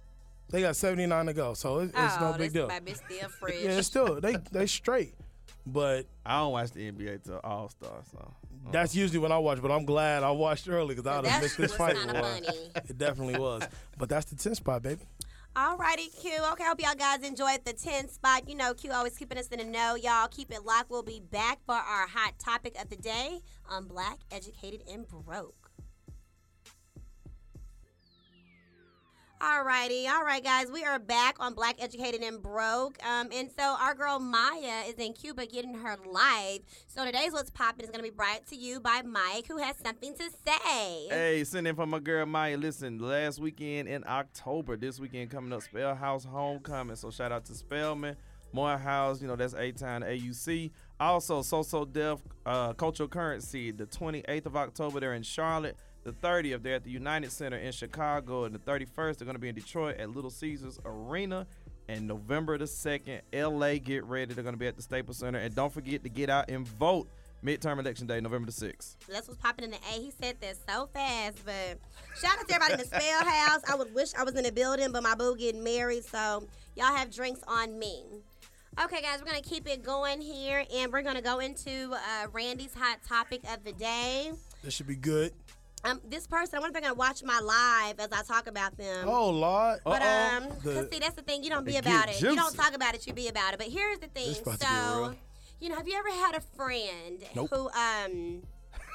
Speaker 1: They got 79 to go, so it- it's no
Speaker 2: oh,
Speaker 1: big
Speaker 2: this
Speaker 1: deal.
Speaker 2: baby still fresh.
Speaker 1: <laughs> Yeah, it's still they they straight, but
Speaker 3: I don't watch the NBA till All Star. So
Speaker 1: that's usually when I watch. But I'm glad I watched early because I would have
Speaker 2: That
Speaker 1: missed
Speaker 2: shit
Speaker 1: this
Speaker 2: was
Speaker 1: fight.
Speaker 2: kind of funny.
Speaker 1: It definitely was. But that's the 10 spot, baby.
Speaker 2: Alrighty, Q. Okay, hope y'all guys enjoyed the 10 spot. You know, Q always keeping us in the know. Y'all keep it locked. We'll be back for our hot topic of the day on Black, Educated, and Broke. Alrighty, all right, guys. We are back on Black, Educated, and Broke. Um, and so our girl Maya is in Cuba getting her life. So today's What's Poppin' is going to be brought to you by Mike, who has something to say.
Speaker 3: Hey, send in for my girl Maya. Listen, last weekend in October, this weekend coming up, Spell House Homecoming. So shout out to Spellman, Morehouse, you know, that's A Town AUC. Also, So So Deaf uh, Cultural Currency, the 28th of October, they're in Charlotte. The 30th, they're at the United Center in Chicago. And the 31st, they're going to be in Detroit at Little Caesars Arena. And November the 2nd, LA, get ready. They're going to be at the Staples Center. And don't forget to get out and vote midterm election day, November the 6th.
Speaker 2: That's what's popping in the A. He said that so fast, but shout out to everybody in
Speaker 1: <laughs>
Speaker 2: the spell house. I would wish I was in the building, but my boo getting married, so y'all have drinks on me. Okay, guys, we're gonna keep it going here, and we're gonna go into uh, Randy's hot topic of the day.
Speaker 1: This should be good.
Speaker 2: Um, this person, I wonder if they're gonna watch my live as I talk about them.
Speaker 1: Oh Lord,
Speaker 2: Um, But
Speaker 3: Uh-oh.
Speaker 2: um, 'cause
Speaker 1: The-
Speaker 2: see, that's the thing. You don't be
Speaker 3: It
Speaker 2: about it.
Speaker 3: get
Speaker 2: You don't
Speaker 3: juicy.
Speaker 2: talk about it. You be about it. But here's the thing.
Speaker 1: This about to get
Speaker 2: So,
Speaker 1: real.
Speaker 2: you know, have you ever had a friend
Speaker 1: Nope.
Speaker 2: who um,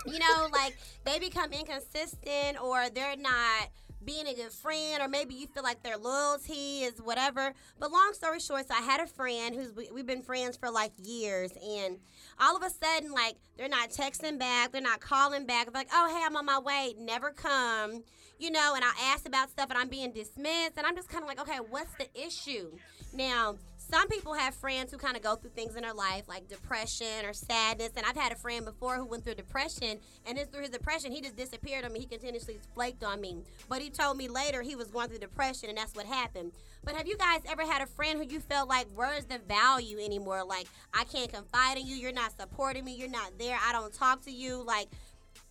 Speaker 2: you know, like they become inconsistent or they're not being a good friend or maybe you feel like their loyalty is whatever but long story short so i had a friend who's we, we've been friends for like years and all of a sudden like they're not texting back they're not calling back like oh hey i'm on my way never come you know and i asked about stuff and i'm being dismissed and i'm just kind of like okay what's the issue now some people have friends who kind of go through things in their life like depression or sadness and i've had a friend before who went through depression and then through his depression he just disappeared on me he continuously flaked on me but he told me later he was going through depression and that's what happened but have you guys ever had a friend who you felt like where's the value anymore like i can't confide in you you're not supporting me you're not there i don't talk to you like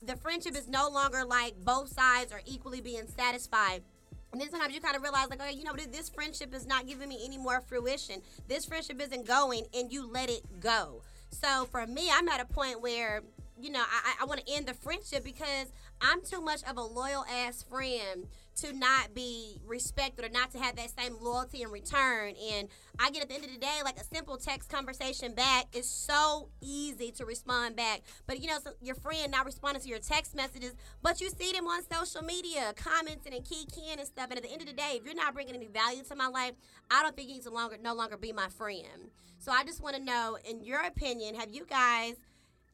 Speaker 2: the friendship is no longer like both sides are equally being satisfied. And then sometimes you kind of realize, like, okay, you know, this, this friendship is not giving me any more fruition. This friendship isn't going, and you let it go. So for me, I'm at a point where, you know, I, I want to end the friendship because I'm too much of a loyal ass friend to not be respected or not to have that same loyalty in return. And I get at the end of the day, like a simple text conversation back is so easy to respond back. But you know, so your friend not responding to your text messages, but you see them on social media commenting and kikiing and stuff. And at the end of the day, if you're not bringing any value to my life, I don't think you need to longer no longer be my friend. So I just want to know, in your opinion, have you guys,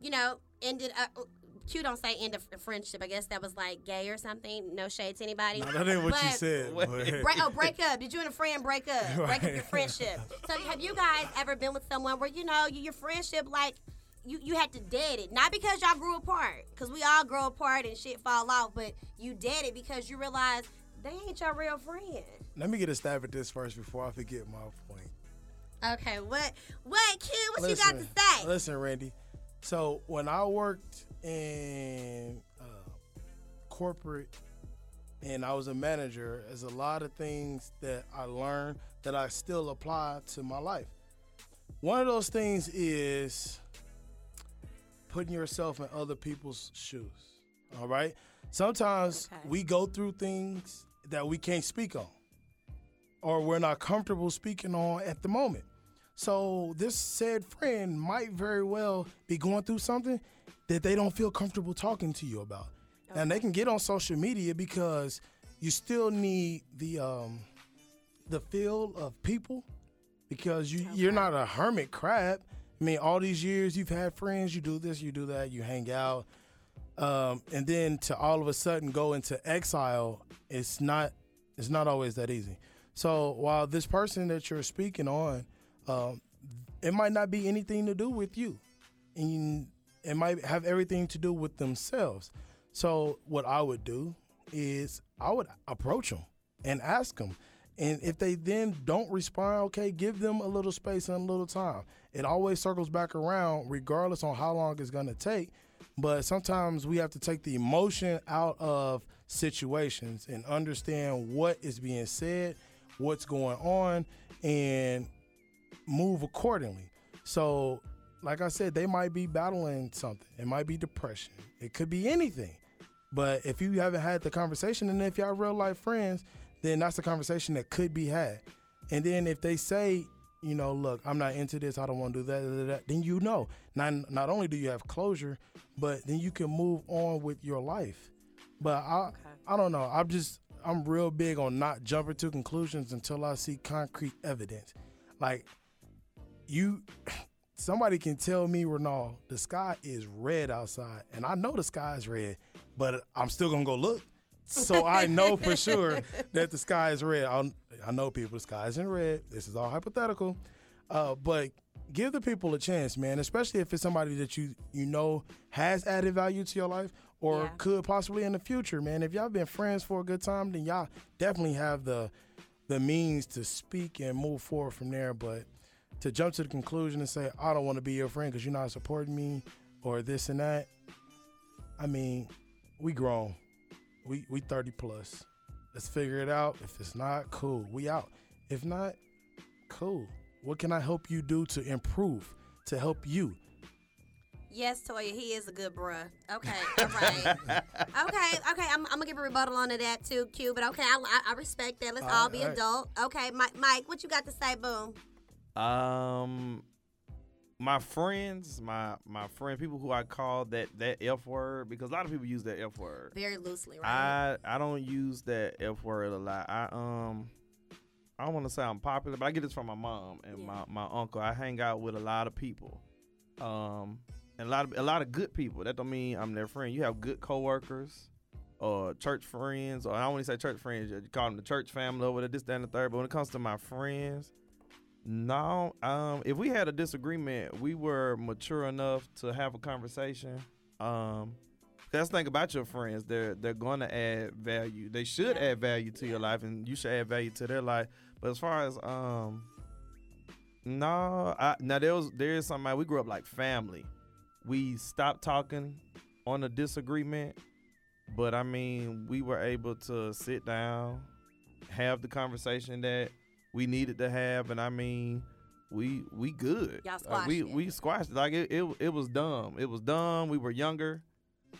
Speaker 2: you know, ended up? Q don't say end of friendship. I guess that was like gay or something. No shade to anybody.
Speaker 1: No, that ain't what you
Speaker 2: But-
Speaker 1: said.
Speaker 3: Wait.
Speaker 1: but-
Speaker 2: Break,
Speaker 1: <laughs>
Speaker 2: oh, break up. Did you and a friend break up? Break up your
Speaker 1: Right.
Speaker 2: friendship. So, have you guys ever been with someone where you know you, your friendship like you you had to dead it? Not because y'all grew apart, because we all grow apart and shit fall off, but you dead it because you realize they ain't your real friend.
Speaker 1: Let me get a stab at this first before I forget my point.
Speaker 2: Okay, what what Q? What you got to say?
Speaker 1: Listen, Randy. So when I worked in uh, corporate and I was a manager, there's a lot of things that I learned that I still apply to my life. One of those things is putting yourself in other people's shoes. All right. Sometimes
Speaker 2: Okay.
Speaker 1: we go through things that we can't speak on or we're not comfortable speaking on at the moment. So this said friend might very well be going through something that they don't feel comfortable talking to you about. And they can get on social media because you still need the um the field of people because you you're not a hermit crab. I mean, all these years you've had friends, you do this, you do that, you hang out, um, and then to all of a sudden go into exile, it's not it's not always that easy. So while this person that you're speaking on, um, it might not be anything to do with you, and you, it might have everything to do with themselves. So what I would do is I would approach them and ask them. And if they then don't respond, okay, give them a little space and a little time. It always circles back around, regardless on how long it's gonna take. But sometimes we have to take the emotion out of situations and understand what is being said, what's going on, and move accordingly. So, like I said, they might be battling something. It might be depression. It could be anything. But if you haven't had the conversation, and if y'all real life friends, then that's the conversation that could be had. And then if they say, you know, look, I'm not into this, I don't want to do that, da, da, da, then you know. Not not only do you have closure, but then you can move on with your life. But I I don't know. I'm just I'm real big on not jumping to conclusions until I see concrete evidence. Like you somebody can tell me, Renal, the sky is red outside, and I know the sky is red, but I'm still gonna go look. So I know for sure that the sky is red. i I know people, the sky isn't red. This is all hypothetical, uh, but give the people a chance, man. Especially if it's somebody that you you know has added value to your life or
Speaker 2: Yeah.
Speaker 1: could possibly in the future, man. If y'all been friends for a good time, then y'all definitely have the the means to speak and move forward from there. But to jump to the conclusion and say, I don't want to be your friend because you're not supporting me or this and that, I mean, we grown. We we 30 plus. Let's figure it out. If it's not, cool. We out. If not, cool. What can I help you do to improve, to help you?
Speaker 2: Yes, Toya, he is a good bruh. Okay, all
Speaker 3: <laughs>
Speaker 2: right. okay, okay. I'm, I'm gonna give a rebuttal on to that too, Q. But okay, I, I- I respect that. Let's
Speaker 1: All
Speaker 2: all,
Speaker 1: right,
Speaker 2: be
Speaker 1: all right.
Speaker 2: adult. Okay, Mike, Mike, what you got to say? Boom.
Speaker 3: Um, my friends, my my friend, people who I call that that f word because a lot of people use that f word.
Speaker 2: Very loosely, right?
Speaker 3: I I don't use that f word a lot. I um I don't want to say I'm popular, but I get this from my mom and
Speaker 2: Yeah.
Speaker 3: my, my uncle. I hang out with a lot of people, um, and a lot of a lot of good people. That don't mean I'm their friend. You have good coworkers, or church friends, or I don't want to say church friends. You call them the church family, or whatever, this, that, and the third. But when it comes to my friends, no. Um, if we had a disagreement, we were mature enough to have a conversation. Um, that's the thing about your friends. They're they're going to add value. They should add value to your life, and you should add value to their life. But as far as um, no, I, now there was there is somebody we grew up like family. We stopped talking on a disagreement, but I mean we were able to sit down, have the conversation that we needed to have, and I mean we we good.
Speaker 2: Y'all
Speaker 3: Like, we
Speaker 2: squashed it.
Speaker 3: we squashed it. Like it, it it was dumb. It was dumb. We were younger,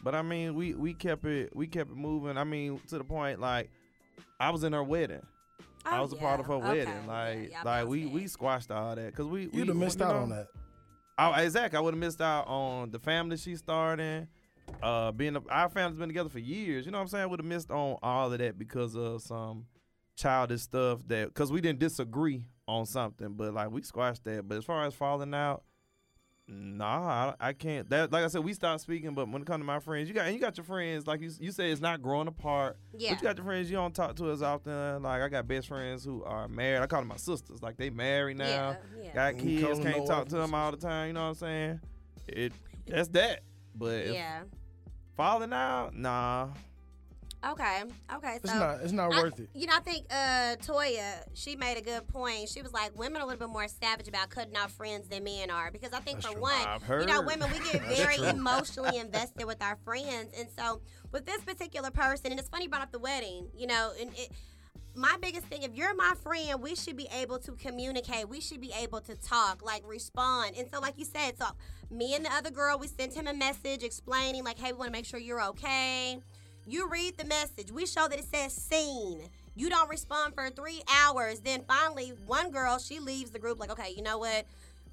Speaker 3: but I mean we we kept it we kept it moving. I mean to the point like I was in her wedding. I
Speaker 2: Oh,
Speaker 3: was a part of
Speaker 2: yeah.
Speaker 3: her
Speaker 2: Okay,
Speaker 3: wedding.
Speaker 2: yeah,
Speaker 3: Like,
Speaker 2: y'all
Speaker 3: like
Speaker 2: bounced
Speaker 3: we
Speaker 2: back.
Speaker 3: we squashed all that because we
Speaker 1: You'd
Speaker 3: we,
Speaker 1: have missed
Speaker 3: you
Speaker 1: out
Speaker 3: know,
Speaker 1: on that.
Speaker 3: I, exactly, I would have missed out on the family she started. Uh, being a, our family's been together for years. You know what I'm saying? I would have missed on all of that because of some childish stuff that because we didn't disagree on something, but like we squashed that. But as far as falling out. Nah, I, I can't. That like I said, we stopped speaking. But when it comes to my friends, you got and you got your friends. Like you, you say, it's not growing apart.
Speaker 2: Yeah.
Speaker 3: But you got your friends you don't talk to as often. Like I got best friends who are married. I call them my sisters. Like they married now.
Speaker 2: Yeah, yeah.
Speaker 3: Got
Speaker 1: You call
Speaker 3: kids,
Speaker 1: them
Speaker 3: can't
Speaker 1: no
Speaker 3: talk to
Speaker 1: wife and
Speaker 3: them all the time. You know what I'm saying? It that's that. But if
Speaker 2: yeah.
Speaker 3: falling out, nah.
Speaker 2: Okay. Okay.
Speaker 1: It's
Speaker 2: so
Speaker 1: not it's not
Speaker 2: I-
Speaker 1: worth it.
Speaker 2: You know, I think uh, Toya, she made a good point. She was like, women are a little bit more savage about cutting off friends than men are. Because I think,
Speaker 1: That's
Speaker 2: for
Speaker 1: true.
Speaker 2: one,
Speaker 3: I've heard.
Speaker 2: you know, women, we get very
Speaker 1: true.
Speaker 2: emotionally invested with our friends. And so, with this particular person, and it's funny you brought up the wedding, you know, and it, my biggest thing, if you're my friend, we should be able to communicate. We should be able to talk, like respond. And so, like you said, so me and the other girl, we sent him a message explaining, like, hey, we want to make sure you're okay. You read the message. We show that it says seen. You don't respond for three hours. Then finally, one girl, she leaves the group, like, okay, you know what?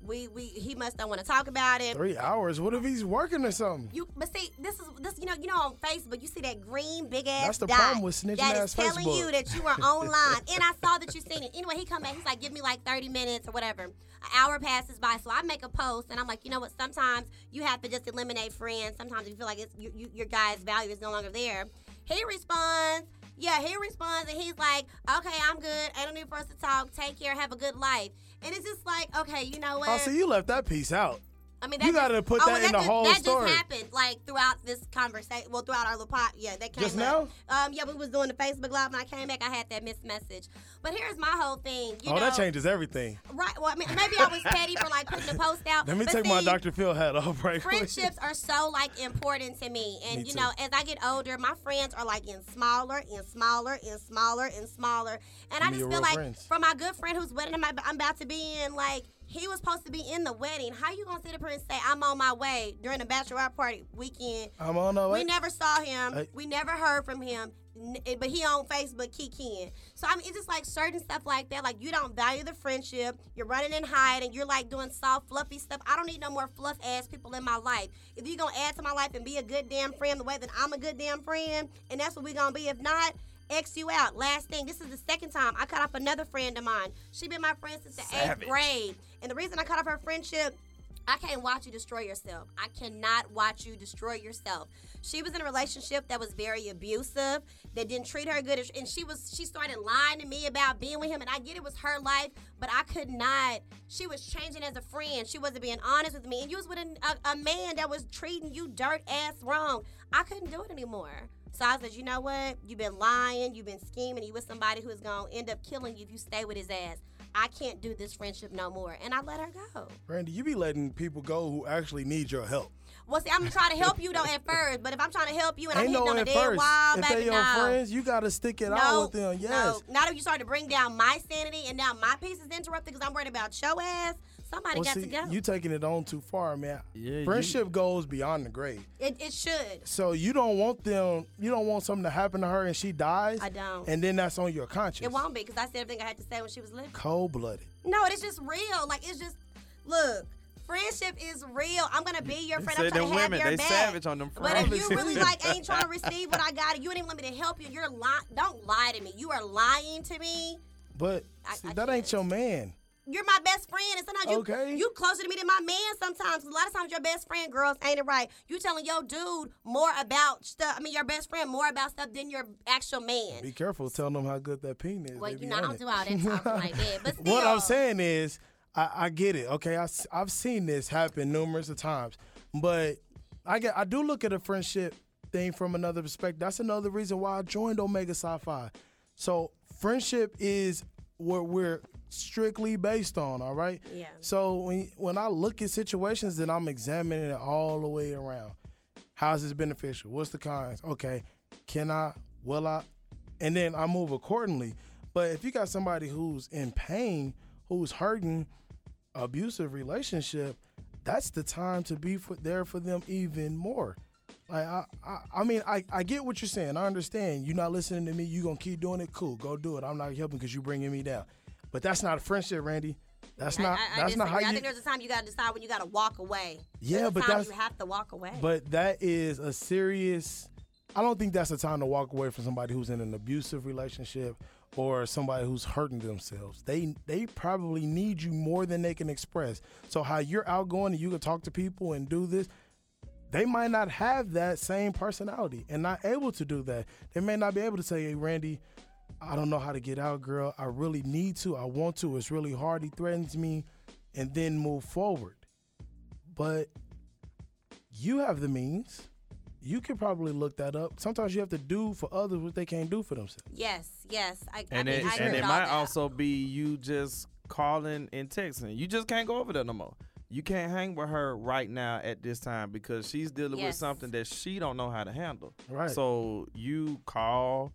Speaker 2: We we he must not want to talk about it.
Speaker 1: Three hours? What if he's working or something?
Speaker 2: You but see, this is this you know you know on Facebook you see that green big ass.
Speaker 1: That's the
Speaker 2: dot
Speaker 1: problem with snitching
Speaker 2: that
Speaker 1: ass
Speaker 2: is telling
Speaker 1: Facebook.
Speaker 2: you that
Speaker 1: <laughs>
Speaker 2: you were online, and I saw that you seen it. Anyway, he come back. He's like, give me like thirty minutes or whatever. An hour passes by, so I make a post, and I'm like, you know what? Sometimes you have to just eliminate friends. Sometimes you feel like it's, you, you, your guy's value is no longer there. He responds. Yeah, he responds and he's like, okay, I'm good. I don't need for us to talk. Take care. Have a good life. And it's just like, okay, you know what?
Speaker 1: Oh, see, you left that piece out.
Speaker 2: I mean,
Speaker 1: You
Speaker 2: that
Speaker 1: gotta
Speaker 2: just-
Speaker 1: put
Speaker 2: oh,
Speaker 1: that
Speaker 2: well,
Speaker 1: in the
Speaker 2: just,
Speaker 1: whole
Speaker 2: that
Speaker 1: story.
Speaker 2: just happened, like throughout this conversation. Well, throughout our little pot, yeah, that came
Speaker 1: Just
Speaker 2: up. Um, yeah, we was doing the Facebook live, and I came back. I had that missed message. But here's my whole thing. You
Speaker 1: oh,
Speaker 2: know,
Speaker 1: that changes everything.
Speaker 2: Right. Well, I mean, maybe I was petty for like putting the post out.
Speaker 1: Let me
Speaker 2: but
Speaker 1: take my
Speaker 2: see,
Speaker 1: Dr. Phil hat off right quick.
Speaker 2: friendships are so like important to me and
Speaker 1: Me
Speaker 2: you
Speaker 1: too.
Speaker 2: know as i get older my friends are like getting smaller and smaller and smaller and smaller and i
Speaker 1: need
Speaker 2: just
Speaker 1: your
Speaker 2: feel
Speaker 1: real
Speaker 2: like
Speaker 1: friends.
Speaker 2: for my good friend whose wedding I'm, ab- I'm about to be in like he was supposed to be in the wedding how you gonna sit up here and say i'm on my way during the bachelorette party weekend
Speaker 1: <laughs> I'm on the
Speaker 2: we
Speaker 1: way.
Speaker 2: never saw him.
Speaker 1: Hey.
Speaker 2: we never heard from him. N- eh, But he on Facebook kikiing. So I mean, it's just like certain stuff like that. Like you don't value the friendship. You're running and hiding. You're like doing soft, fluffy stuff. I don't need no more fluff ass people in my life. If you gonna add to my life and be a good damn friend the way that I'm a good damn friend, and that's what we gonna be. If not. X you out. Last thing, this is the second time I cut off another friend of mine. She been my friend since the
Speaker 3: Savage.
Speaker 2: eighth grade, and the reason I cut off her friendship I can't watch you destroy yourself. I cannot watch you destroy yourself. She was in a relationship that was very abusive, that didn't treat her good, and she was she started lying to me about being with him. And I get it was her life, but I could not. She was changing as a friend. She wasn't being honest with me, and you was with an- a, a man that was treating you dirt ass wrong. I couldn't do it anymore. So I said, you know what? You've been lying. You've been scheming. You with somebody who is gonna end up killing you if you stay with his ass. I can't do this friendship no more, and I let her go.
Speaker 1: Randy, you be letting people go who actually need your help.
Speaker 2: Well, see, I'm trying to help you though at first, but if I'm trying to help you and I'm
Speaker 1: Ain't
Speaker 2: hitting
Speaker 1: no
Speaker 2: on a
Speaker 1: at
Speaker 2: dead
Speaker 1: first.
Speaker 2: wall,
Speaker 1: if
Speaker 2: baby,
Speaker 1: they your
Speaker 2: no.
Speaker 1: friends, you gotta stick it out
Speaker 2: no,
Speaker 1: with them. Yes.
Speaker 2: no. Now that you started to bring down my sanity and now my peace is interrupted because I'm worried about your ass, somebody
Speaker 1: Well,
Speaker 2: got
Speaker 1: see,
Speaker 2: to go.
Speaker 1: you taking it on too far, man.
Speaker 3: Yeah, you-
Speaker 1: Friendship goes beyond the grave.
Speaker 2: it, it should.
Speaker 1: So you don't want them. You don't want something to happen to her and she dies.
Speaker 2: I don't.
Speaker 1: And then that's on your conscience.
Speaker 2: It won't be because I said everything I had to say when she was living.
Speaker 1: Cold blooded.
Speaker 2: No, it's just real. Like it's just look. Friendship is real. I'm gonna be your
Speaker 3: You
Speaker 2: friend.
Speaker 3: say
Speaker 2: I'm trying
Speaker 3: them
Speaker 2: to have
Speaker 3: women,
Speaker 2: your
Speaker 3: they
Speaker 2: back.
Speaker 3: savage on them
Speaker 2: But if you
Speaker 3: friends. <laughs>
Speaker 2: really like ain't trying to receive what I got, you didn't want me to help you. You're lying. Don't lie to me. You are lying to me.
Speaker 1: But
Speaker 2: I-
Speaker 1: see,
Speaker 2: I
Speaker 1: that ain't
Speaker 2: can't.
Speaker 1: your man.
Speaker 2: You're my best friend, and sometimes you
Speaker 1: Okay.
Speaker 2: you closer to me than my man. Sometimes, a lot of times, your best friend, girls, ain't it right? You telling your dude more about stuff. I mean, your best friend more about stuff than your actual man.
Speaker 1: Be careful telling them how good that peen is.
Speaker 2: well,
Speaker 1: They
Speaker 2: you
Speaker 1: be
Speaker 2: know, I
Speaker 1: on
Speaker 2: don't
Speaker 1: it.
Speaker 2: do all that
Speaker 1: <laughs>
Speaker 2: talking like that. But still,
Speaker 1: What I'm saying is, I, I get it. Okay, I, have seen this happen numerous of times, but I get I do look at a friendship thing from another perspective. That's another reason why I joined Omega Sci-Fi. So friendship is what we're strictly based on. All right.
Speaker 2: Yeah.
Speaker 1: So when when I look at situations, then I'm examining it all the way around. How's this beneficial? What's the cons? Okay, can I? Will I? And then I move accordingly. But if you got somebody who's in pain, who's hurting, abusive relationship, that's the time to be for, there for them even more. Like I, I, I mean, I, I get what you're saying. I understand. You're not listening to me. You gonna keep doing it. Cool, go do it. I'm not helping because you're bringing me down. But that's not a friendship, Randy. That's
Speaker 2: I,
Speaker 1: not.
Speaker 2: I, I
Speaker 1: that's not
Speaker 2: disagree.
Speaker 1: how
Speaker 2: I
Speaker 1: you.
Speaker 2: think there's a time you gotta decide when you gotta walk away.
Speaker 1: Yeah,
Speaker 2: there's a
Speaker 1: but
Speaker 2: time
Speaker 1: that's-
Speaker 2: you have to walk away.
Speaker 1: But that is a serious. I don't think that's a time to walk away from somebody who's in an abusive relationship or somebody who's hurting themselves. They they probably need you more than they can express. So how you're outgoing and you can talk to people and do this, they might not have that same personality and not able to do that. They may not be able to say, "Hey, Randy, I don't know how to get out, girl. I really need to. I want to. It's really hard. He threatens me," and then move forward. But you have the means. You could probably look that up. Sometimes you have to do for others what they can't do for themselves.
Speaker 2: yes, yes, I,
Speaker 3: and
Speaker 2: I
Speaker 3: it,
Speaker 2: mean, I agree with
Speaker 3: and it
Speaker 2: all
Speaker 3: might
Speaker 2: that.
Speaker 3: also be you just calling and texting. You just can't go over there no more. You can't hang with her right now at this time because she's dealing with
Speaker 2: Yes.
Speaker 3: something that she don't know how to handle.
Speaker 1: Right.
Speaker 3: So you call,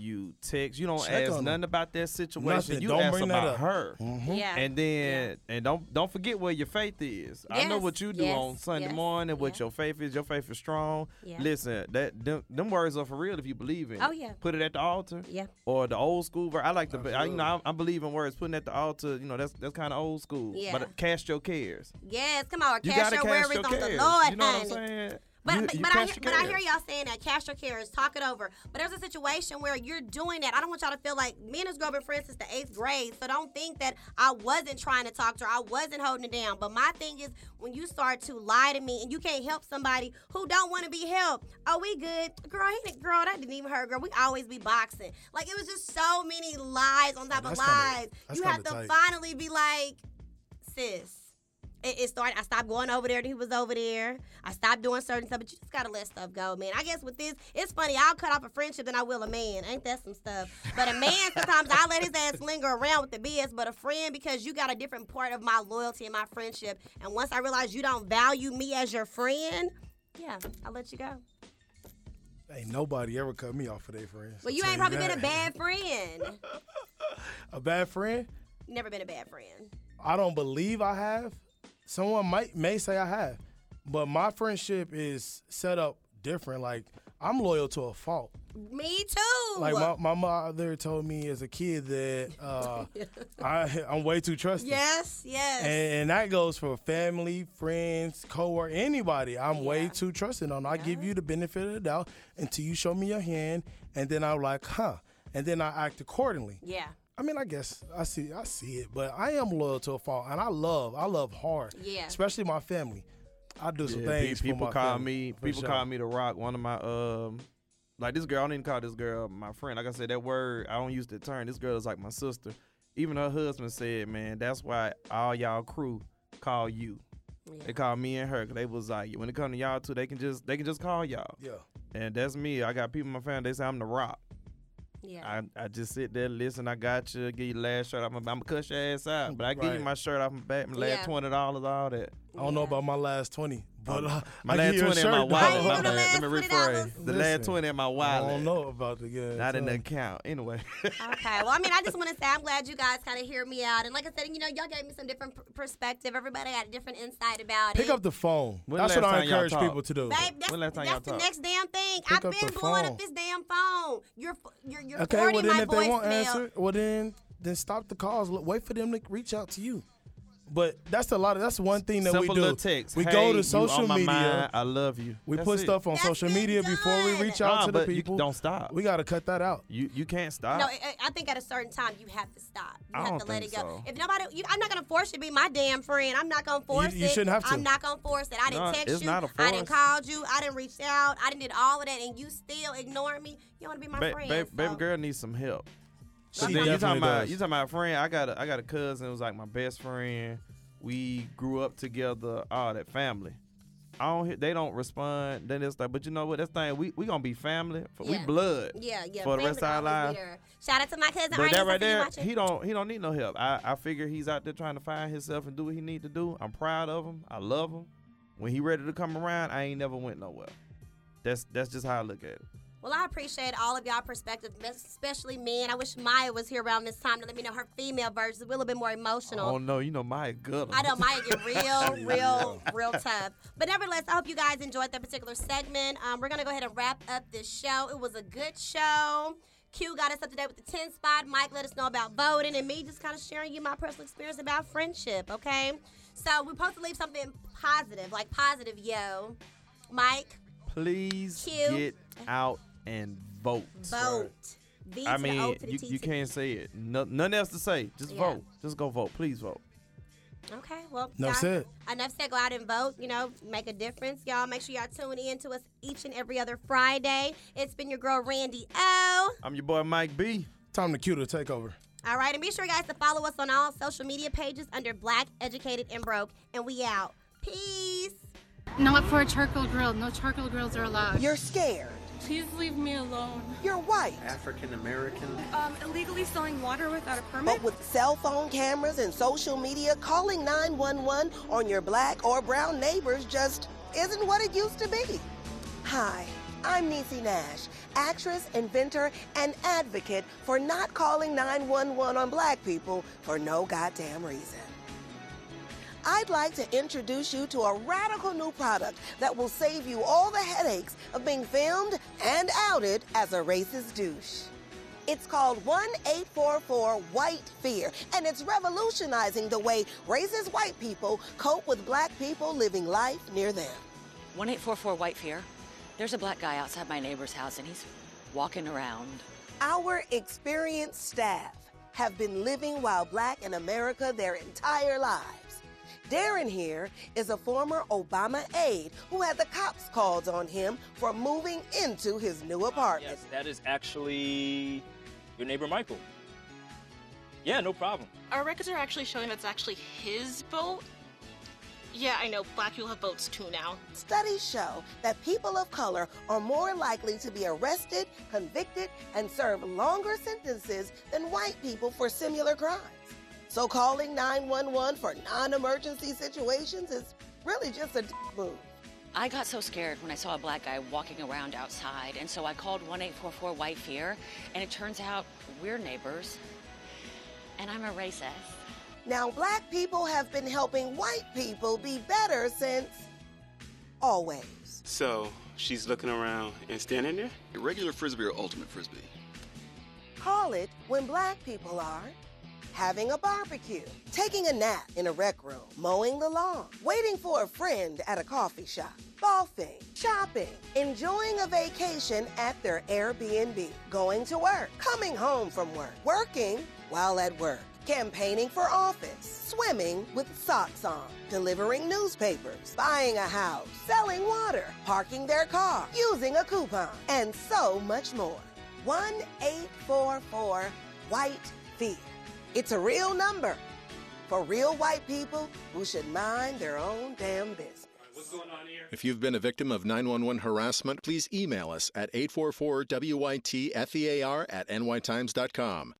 Speaker 3: You text. You don't
Speaker 1: Check
Speaker 3: ask
Speaker 1: on
Speaker 3: nothing
Speaker 1: them.
Speaker 3: about that situation.
Speaker 1: Nothing.
Speaker 3: You
Speaker 1: Don't
Speaker 3: ask
Speaker 1: bring that
Speaker 3: about
Speaker 1: up.
Speaker 3: her.
Speaker 2: Yeah.
Speaker 3: And then and don't don't forget where your faith is. I know
Speaker 2: Yes,
Speaker 3: what you do
Speaker 2: yes,
Speaker 3: on Sunday
Speaker 2: yes,
Speaker 3: morning. What
Speaker 2: yeah.
Speaker 3: your faith is. Your faith is strong.
Speaker 2: Yeah.
Speaker 3: Listen, that them, them words are for real if you believe in.
Speaker 2: Oh,
Speaker 3: it.
Speaker 2: yeah.
Speaker 3: Put it at the altar.
Speaker 2: Yeah.
Speaker 3: Or the old school. ver- I like the. I, you know, I, I believe in words. Putting at the altar. You know, that's that's kind of old school.
Speaker 2: Yeah.
Speaker 3: But uh, cast your cares.
Speaker 2: Yes, come on,
Speaker 3: You
Speaker 2: cast
Speaker 3: gotta
Speaker 2: your
Speaker 3: cast
Speaker 2: worries
Speaker 3: your
Speaker 2: on
Speaker 3: cares.
Speaker 2: the Lord,
Speaker 3: you know
Speaker 2: honey.
Speaker 3: what I'm saying?
Speaker 2: But,
Speaker 3: You-
Speaker 2: but,
Speaker 3: you
Speaker 2: but, I
Speaker 3: cast
Speaker 2: hear,
Speaker 3: your
Speaker 2: but I hear
Speaker 3: cares.
Speaker 2: y'all saying that cast your cares, talk it over. But there's a situation where you're doing that. I don't want y'all to feel like me and this girl been friends since the eighth grade. So don't think that I wasn't trying to talk to her. I wasn't holding it down. But my thing is when you start to lie to me and you can't help somebody who don't want to be helped. Oh, we good, girl. He didn't, girl, that didn't even hurt, girl. We always be boxing. Like it was just so many lies on top of
Speaker 1: That's kinda-
Speaker 2: lies.
Speaker 1: that's
Speaker 2: you have to
Speaker 1: kinda tight.
Speaker 2: finally be like, sis it, it started. I stopped going over there. and He was over there. I stopped doing certain stuff, but you just gotta let stuff go, man. I guess with this, it's funny. I'll cut off a friendship than I will a man. Ain't that some stuff? But a
Speaker 1: <laughs>
Speaker 2: man, sometimes I let his ass linger around with the BS. But a friend, because you got a different part of my loyalty and my friendship. And once I realize you don't value me as your friend, yeah, I'll let you go.
Speaker 1: Ain't nobody ever cut me off for their friends.
Speaker 2: Well, you
Speaker 1: Tell
Speaker 2: ain't probably
Speaker 1: that.
Speaker 2: been a bad friend.
Speaker 1: a bad friend.
Speaker 2: You Never been a bad friend.
Speaker 1: I don't believe I have. Someone might may say I have, but my friendship is set up different. Like I'm loyal to a fault.
Speaker 2: Me too.
Speaker 1: Like my, my mother told me as a kid that
Speaker 2: <laughs>
Speaker 1: uh, I I'm way too trusting.
Speaker 2: yes, yes.
Speaker 1: And, and that goes for family, friends, coworker, anybody. I'm way
Speaker 2: Yeah.
Speaker 1: too trusting on. I give you the benefit of the doubt until you show me your hand, and then I'm like, huh, and then I act accordingly.
Speaker 2: yeah.
Speaker 1: I mean, I guess I see, I see it, but I am loyal to a fault, and I love, I love hard,
Speaker 2: Yeah.
Speaker 1: especially my family. I do some
Speaker 3: Yeah, pe-
Speaker 1: things.
Speaker 3: people
Speaker 1: for my
Speaker 3: call
Speaker 1: family,
Speaker 3: me
Speaker 1: for
Speaker 3: people
Speaker 1: sure.
Speaker 3: call me the rock one of my um like this girl i don't even call this girl my friend like i said that word i don't use the term this girl is like my sister even her husband said man that's why all y'all crew call you they call me and her 'cause they was like when it come to y'all too they can just they can just call y'all
Speaker 1: Yeah,
Speaker 3: and that's me i got people in my family they say i'm the rock
Speaker 2: Yeah.
Speaker 3: I, I just sit there listen i got you give you the last shirt off my, i'm gonna cuss your ass out but i give you
Speaker 1: Right.
Speaker 3: my shirt off my back my last
Speaker 2: Yeah.
Speaker 3: $20 all that
Speaker 1: I don't know
Speaker 2: Yeah.
Speaker 1: about my last twenty, but uh,
Speaker 3: my
Speaker 1: I
Speaker 3: last
Speaker 1: give you a
Speaker 3: 20 in my
Speaker 1: shirt,
Speaker 2: Why you
Speaker 1: though.
Speaker 3: wallet.
Speaker 2: give the
Speaker 3: My bad. Let
Speaker 2: last
Speaker 3: me
Speaker 2: $20?
Speaker 3: rephrase. The last
Speaker 1: Listen,
Speaker 3: 20 in my
Speaker 1: I
Speaker 3: wallet.
Speaker 1: don't know about the good.
Speaker 3: Not in the
Speaker 1: time.
Speaker 3: account.
Speaker 1: <laughs>
Speaker 3: Anyway.
Speaker 2: Okay. Well, I mean, I just want to say I'm glad you guys kind of hear me out. And like I said, you know, y'all gave me some different pr- perspective. Everybody got a different insight about
Speaker 1: Pick
Speaker 2: it.
Speaker 1: up the phone.
Speaker 3: When
Speaker 1: That's what
Speaker 3: last
Speaker 1: I
Speaker 3: time y'all
Speaker 1: encourage
Speaker 3: talked?
Speaker 1: people to do.
Speaker 2: Babe, that's,
Speaker 3: When last time y'all
Speaker 2: that's the
Speaker 3: talked?
Speaker 2: next damn thing.
Speaker 1: Pick
Speaker 2: I've
Speaker 1: up
Speaker 2: been
Speaker 1: the
Speaker 2: blowing
Speaker 1: phone.
Speaker 2: up this damn phone. You're f- you're you're
Speaker 1: Okay, well
Speaker 2: forwarding
Speaker 1: then
Speaker 2: my
Speaker 1: if they won't
Speaker 2: voicemail.
Speaker 1: answer, well then then stop the calls. Look, Wait for them to reach out to you. But that's a lot of that's one thing that
Speaker 3: Simple
Speaker 1: we do.
Speaker 3: little text.
Speaker 1: We
Speaker 3: Hey,
Speaker 1: go
Speaker 3: you
Speaker 1: to social
Speaker 3: on my
Speaker 1: media.
Speaker 3: mind. I love you.
Speaker 1: We
Speaker 3: That's
Speaker 1: put
Speaker 3: it.
Speaker 1: stuff on
Speaker 2: That's
Speaker 1: social
Speaker 2: been
Speaker 1: media before we
Speaker 2: done.
Speaker 1: reach out
Speaker 3: Nah,
Speaker 1: to the
Speaker 3: but you
Speaker 1: people.
Speaker 3: don't stop.
Speaker 1: We gotta cut that out.
Speaker 3: You you can't stop.
Speaker 2: No, I, I- I think at a certain time you have to stop. You
Speaker 3: Uh, I
Speaker 2: have
Speaker 3: don't
Speaker 2: to let
Speaker 3: think
Speaker 2: it go.
Speaker 3: so.
Speaker 2: If nobody, you, I'm not gonna force you to be my damn friend. I'm not gonna force
Speaker 1: you
Speaker 2: it.
Speaker 1: shouldn't have to.
Speaker 2: I'm not gonna force it. I didn't
Speaker 3: No,
Speaker 2: text
Speaker 3: it's
Speaker 2: you.
Speaker 3: not a
Speaker 2: I didn't
Speaker 3: force.
Speaker 2: called you. I didn't reach out. I didn't did all of that, and you still ignoring me. You want to be my
Speaker 3: Ba-
Speaker 2: friend?
Speaker 3: ba- baby
Speaker 2: so-
Speaker 3: girl needs some help.
Speaker 1: She
Speaker 3: But then you talking
Speaker 1: definitely
Speaker 3: about
Speaker 1: does.
Speaker 3: you talking about a friend. I got a I got a cousin who was like my best friend. We grew up together, all that family. I don't hear, they don't respond. Then it's like, but you know what? That's thing we we gonna be family. For, We
Speaker 2: Yeah.
Speaker 3: blood.
Speaker 2: Yeah, yeah.
Speaker 3: For the rest of our
Speaker 2: family
Speaker 3: life.
Speaker 2: always there. Shout out to my cousin.
Speaker 3: But
Speaker 2: Ernest.
Speaker 3: that right
Speaker 2: I see you
Speaker 3: there,
Speaker 2: watching.
Speaker 3: he don't he don't need no help. I, I figure he's out there trying to find himself and do what he need to do. I'm proud of him. I love him. When he ready to come around, I ain't never went nowhere. That's that's just how I look at it.
Speaker 2: Well, I appreciate all of y'all perspectives, especially men. I wish Maya was here around this time to let me know her female version is a little bit more emotional.
Speaker 3: Oh no, you know my good.
Speaker 2: I know Maya get real, real, real tough. But nevertheless, I hope you guys enjoyed that particular segment. Um, we're gonna go ahead and wrap up this show. It was a good show. Q got us up to date with the 10 spot. Mike let us know about voting and me just kind of sharing you my personal experience about friendship, okay? So we're supposed to leave something positive, like positive, yo. Mike,
Speaker 3: <laughs> Please
Speaker 2: Q.
Speaker 3: get out and vote.
Speaker 2: vote. V
Speaker 3: I
Speaker 2: to the O
Speaker 3: mean,
Speaker 2: to the
Speaker 3: you,
Speaker 2: T
Speaker 3: you
Speaker 2: to-
Speaker 3: can't say it. No, nothing else to say. Just
Speaker 2: Yeah.
Speaker 3: vote. Just go vote. Please vote.
Speaker 2: Okay, well,
Speaker 1: Enough
Speaker 2: y'all-
Speaker 1: said.
Speaker 2: Enough said. Go out and vote. You know, make a difference, y'all. Make sure y'all tune in to us each and every other Friday. It's been your girl Randy O.
Speaker 3: I'm your boy Mike B.
Speaker 1: Time to cue to take over.
Speaker 2: All right, and be sure guys to follow us on all social media pages under Black Educated and Broke, and we out. Peace.
Speaker 4: Not for a charcoal grill. No charcoal grills are allowed.
Speaker 5: You're scared.
Speaker 4: Please leave me alone.
Speaker 5: You're white.
Speaker 6: African American.
Speaker 7: um, illegally selling water without a permit.
Speaker 5: But with cell phone cameras and social media, calling 911 on your black or brown neighbors just isn't what it used to be. Hi, I'm Niecy Nash, actress, inventor, and advocate for not calling 911 on black people for no goddamn reason. I'd like to introduce you to a radical new product that will save you all the headaches of being filmed and outed as a racist douche. It's called 1844 White Fear, and it's revolutionizing the way racist white people cope with black people living life near them.
Speaker 6: 1844 White Fear. There's a black guy outside my neighbor's house and he's walking around.
Speaker 5: Our experienced staff have been living while black in America their entire lives. Darren here is a former Obama aide who had the cops called on him for moving into his new apartment.
Speaker 8: Yes, that is actually your neighbor Michael. Yeah, no problem.
Speaker 9: Our records are actually showing that's actually his boat. Yeah, I know. Black people have boats too now.
Speaker 5: Studies show that people of color are more likely to be arrested, convicted, and serve longer sentences than white people for similar crimes. So calling 911 for non emergency situations is really just a d- move.
Speaker 6: I got so scared when I saw a black guy walking around outside, and so I called 1844 White Fear, and it turns out we're neighbors, and I'm a racist.
Speaker 5: Now, black people have been helping white people be better since always.
Speaker 10: So she's looking around and standing there?
Speaker 11: Regular frisbee or ultimate frisbee?
Speaker 5: Call it when black people are having a barbecue, taking a nap in a rec room, mowing the lawn, waiting for a friend at a coffee shop, golfing, shopping, enjoying a vacation at their Airbnb, going to work, coming home from work, working while at work, campaigning for office, swimming with socks on, delivering newspapers, buying a house, selling water, parking their car, using a coupon, and so much more. 1844 White Feet. It's a real number for real white people who should mind their own damn business.
Speaker 8: What's going on here?
Speaker 12: If you've been a victim of 911 harassment, please email us at 844 WYTFEAR at nytimes.com.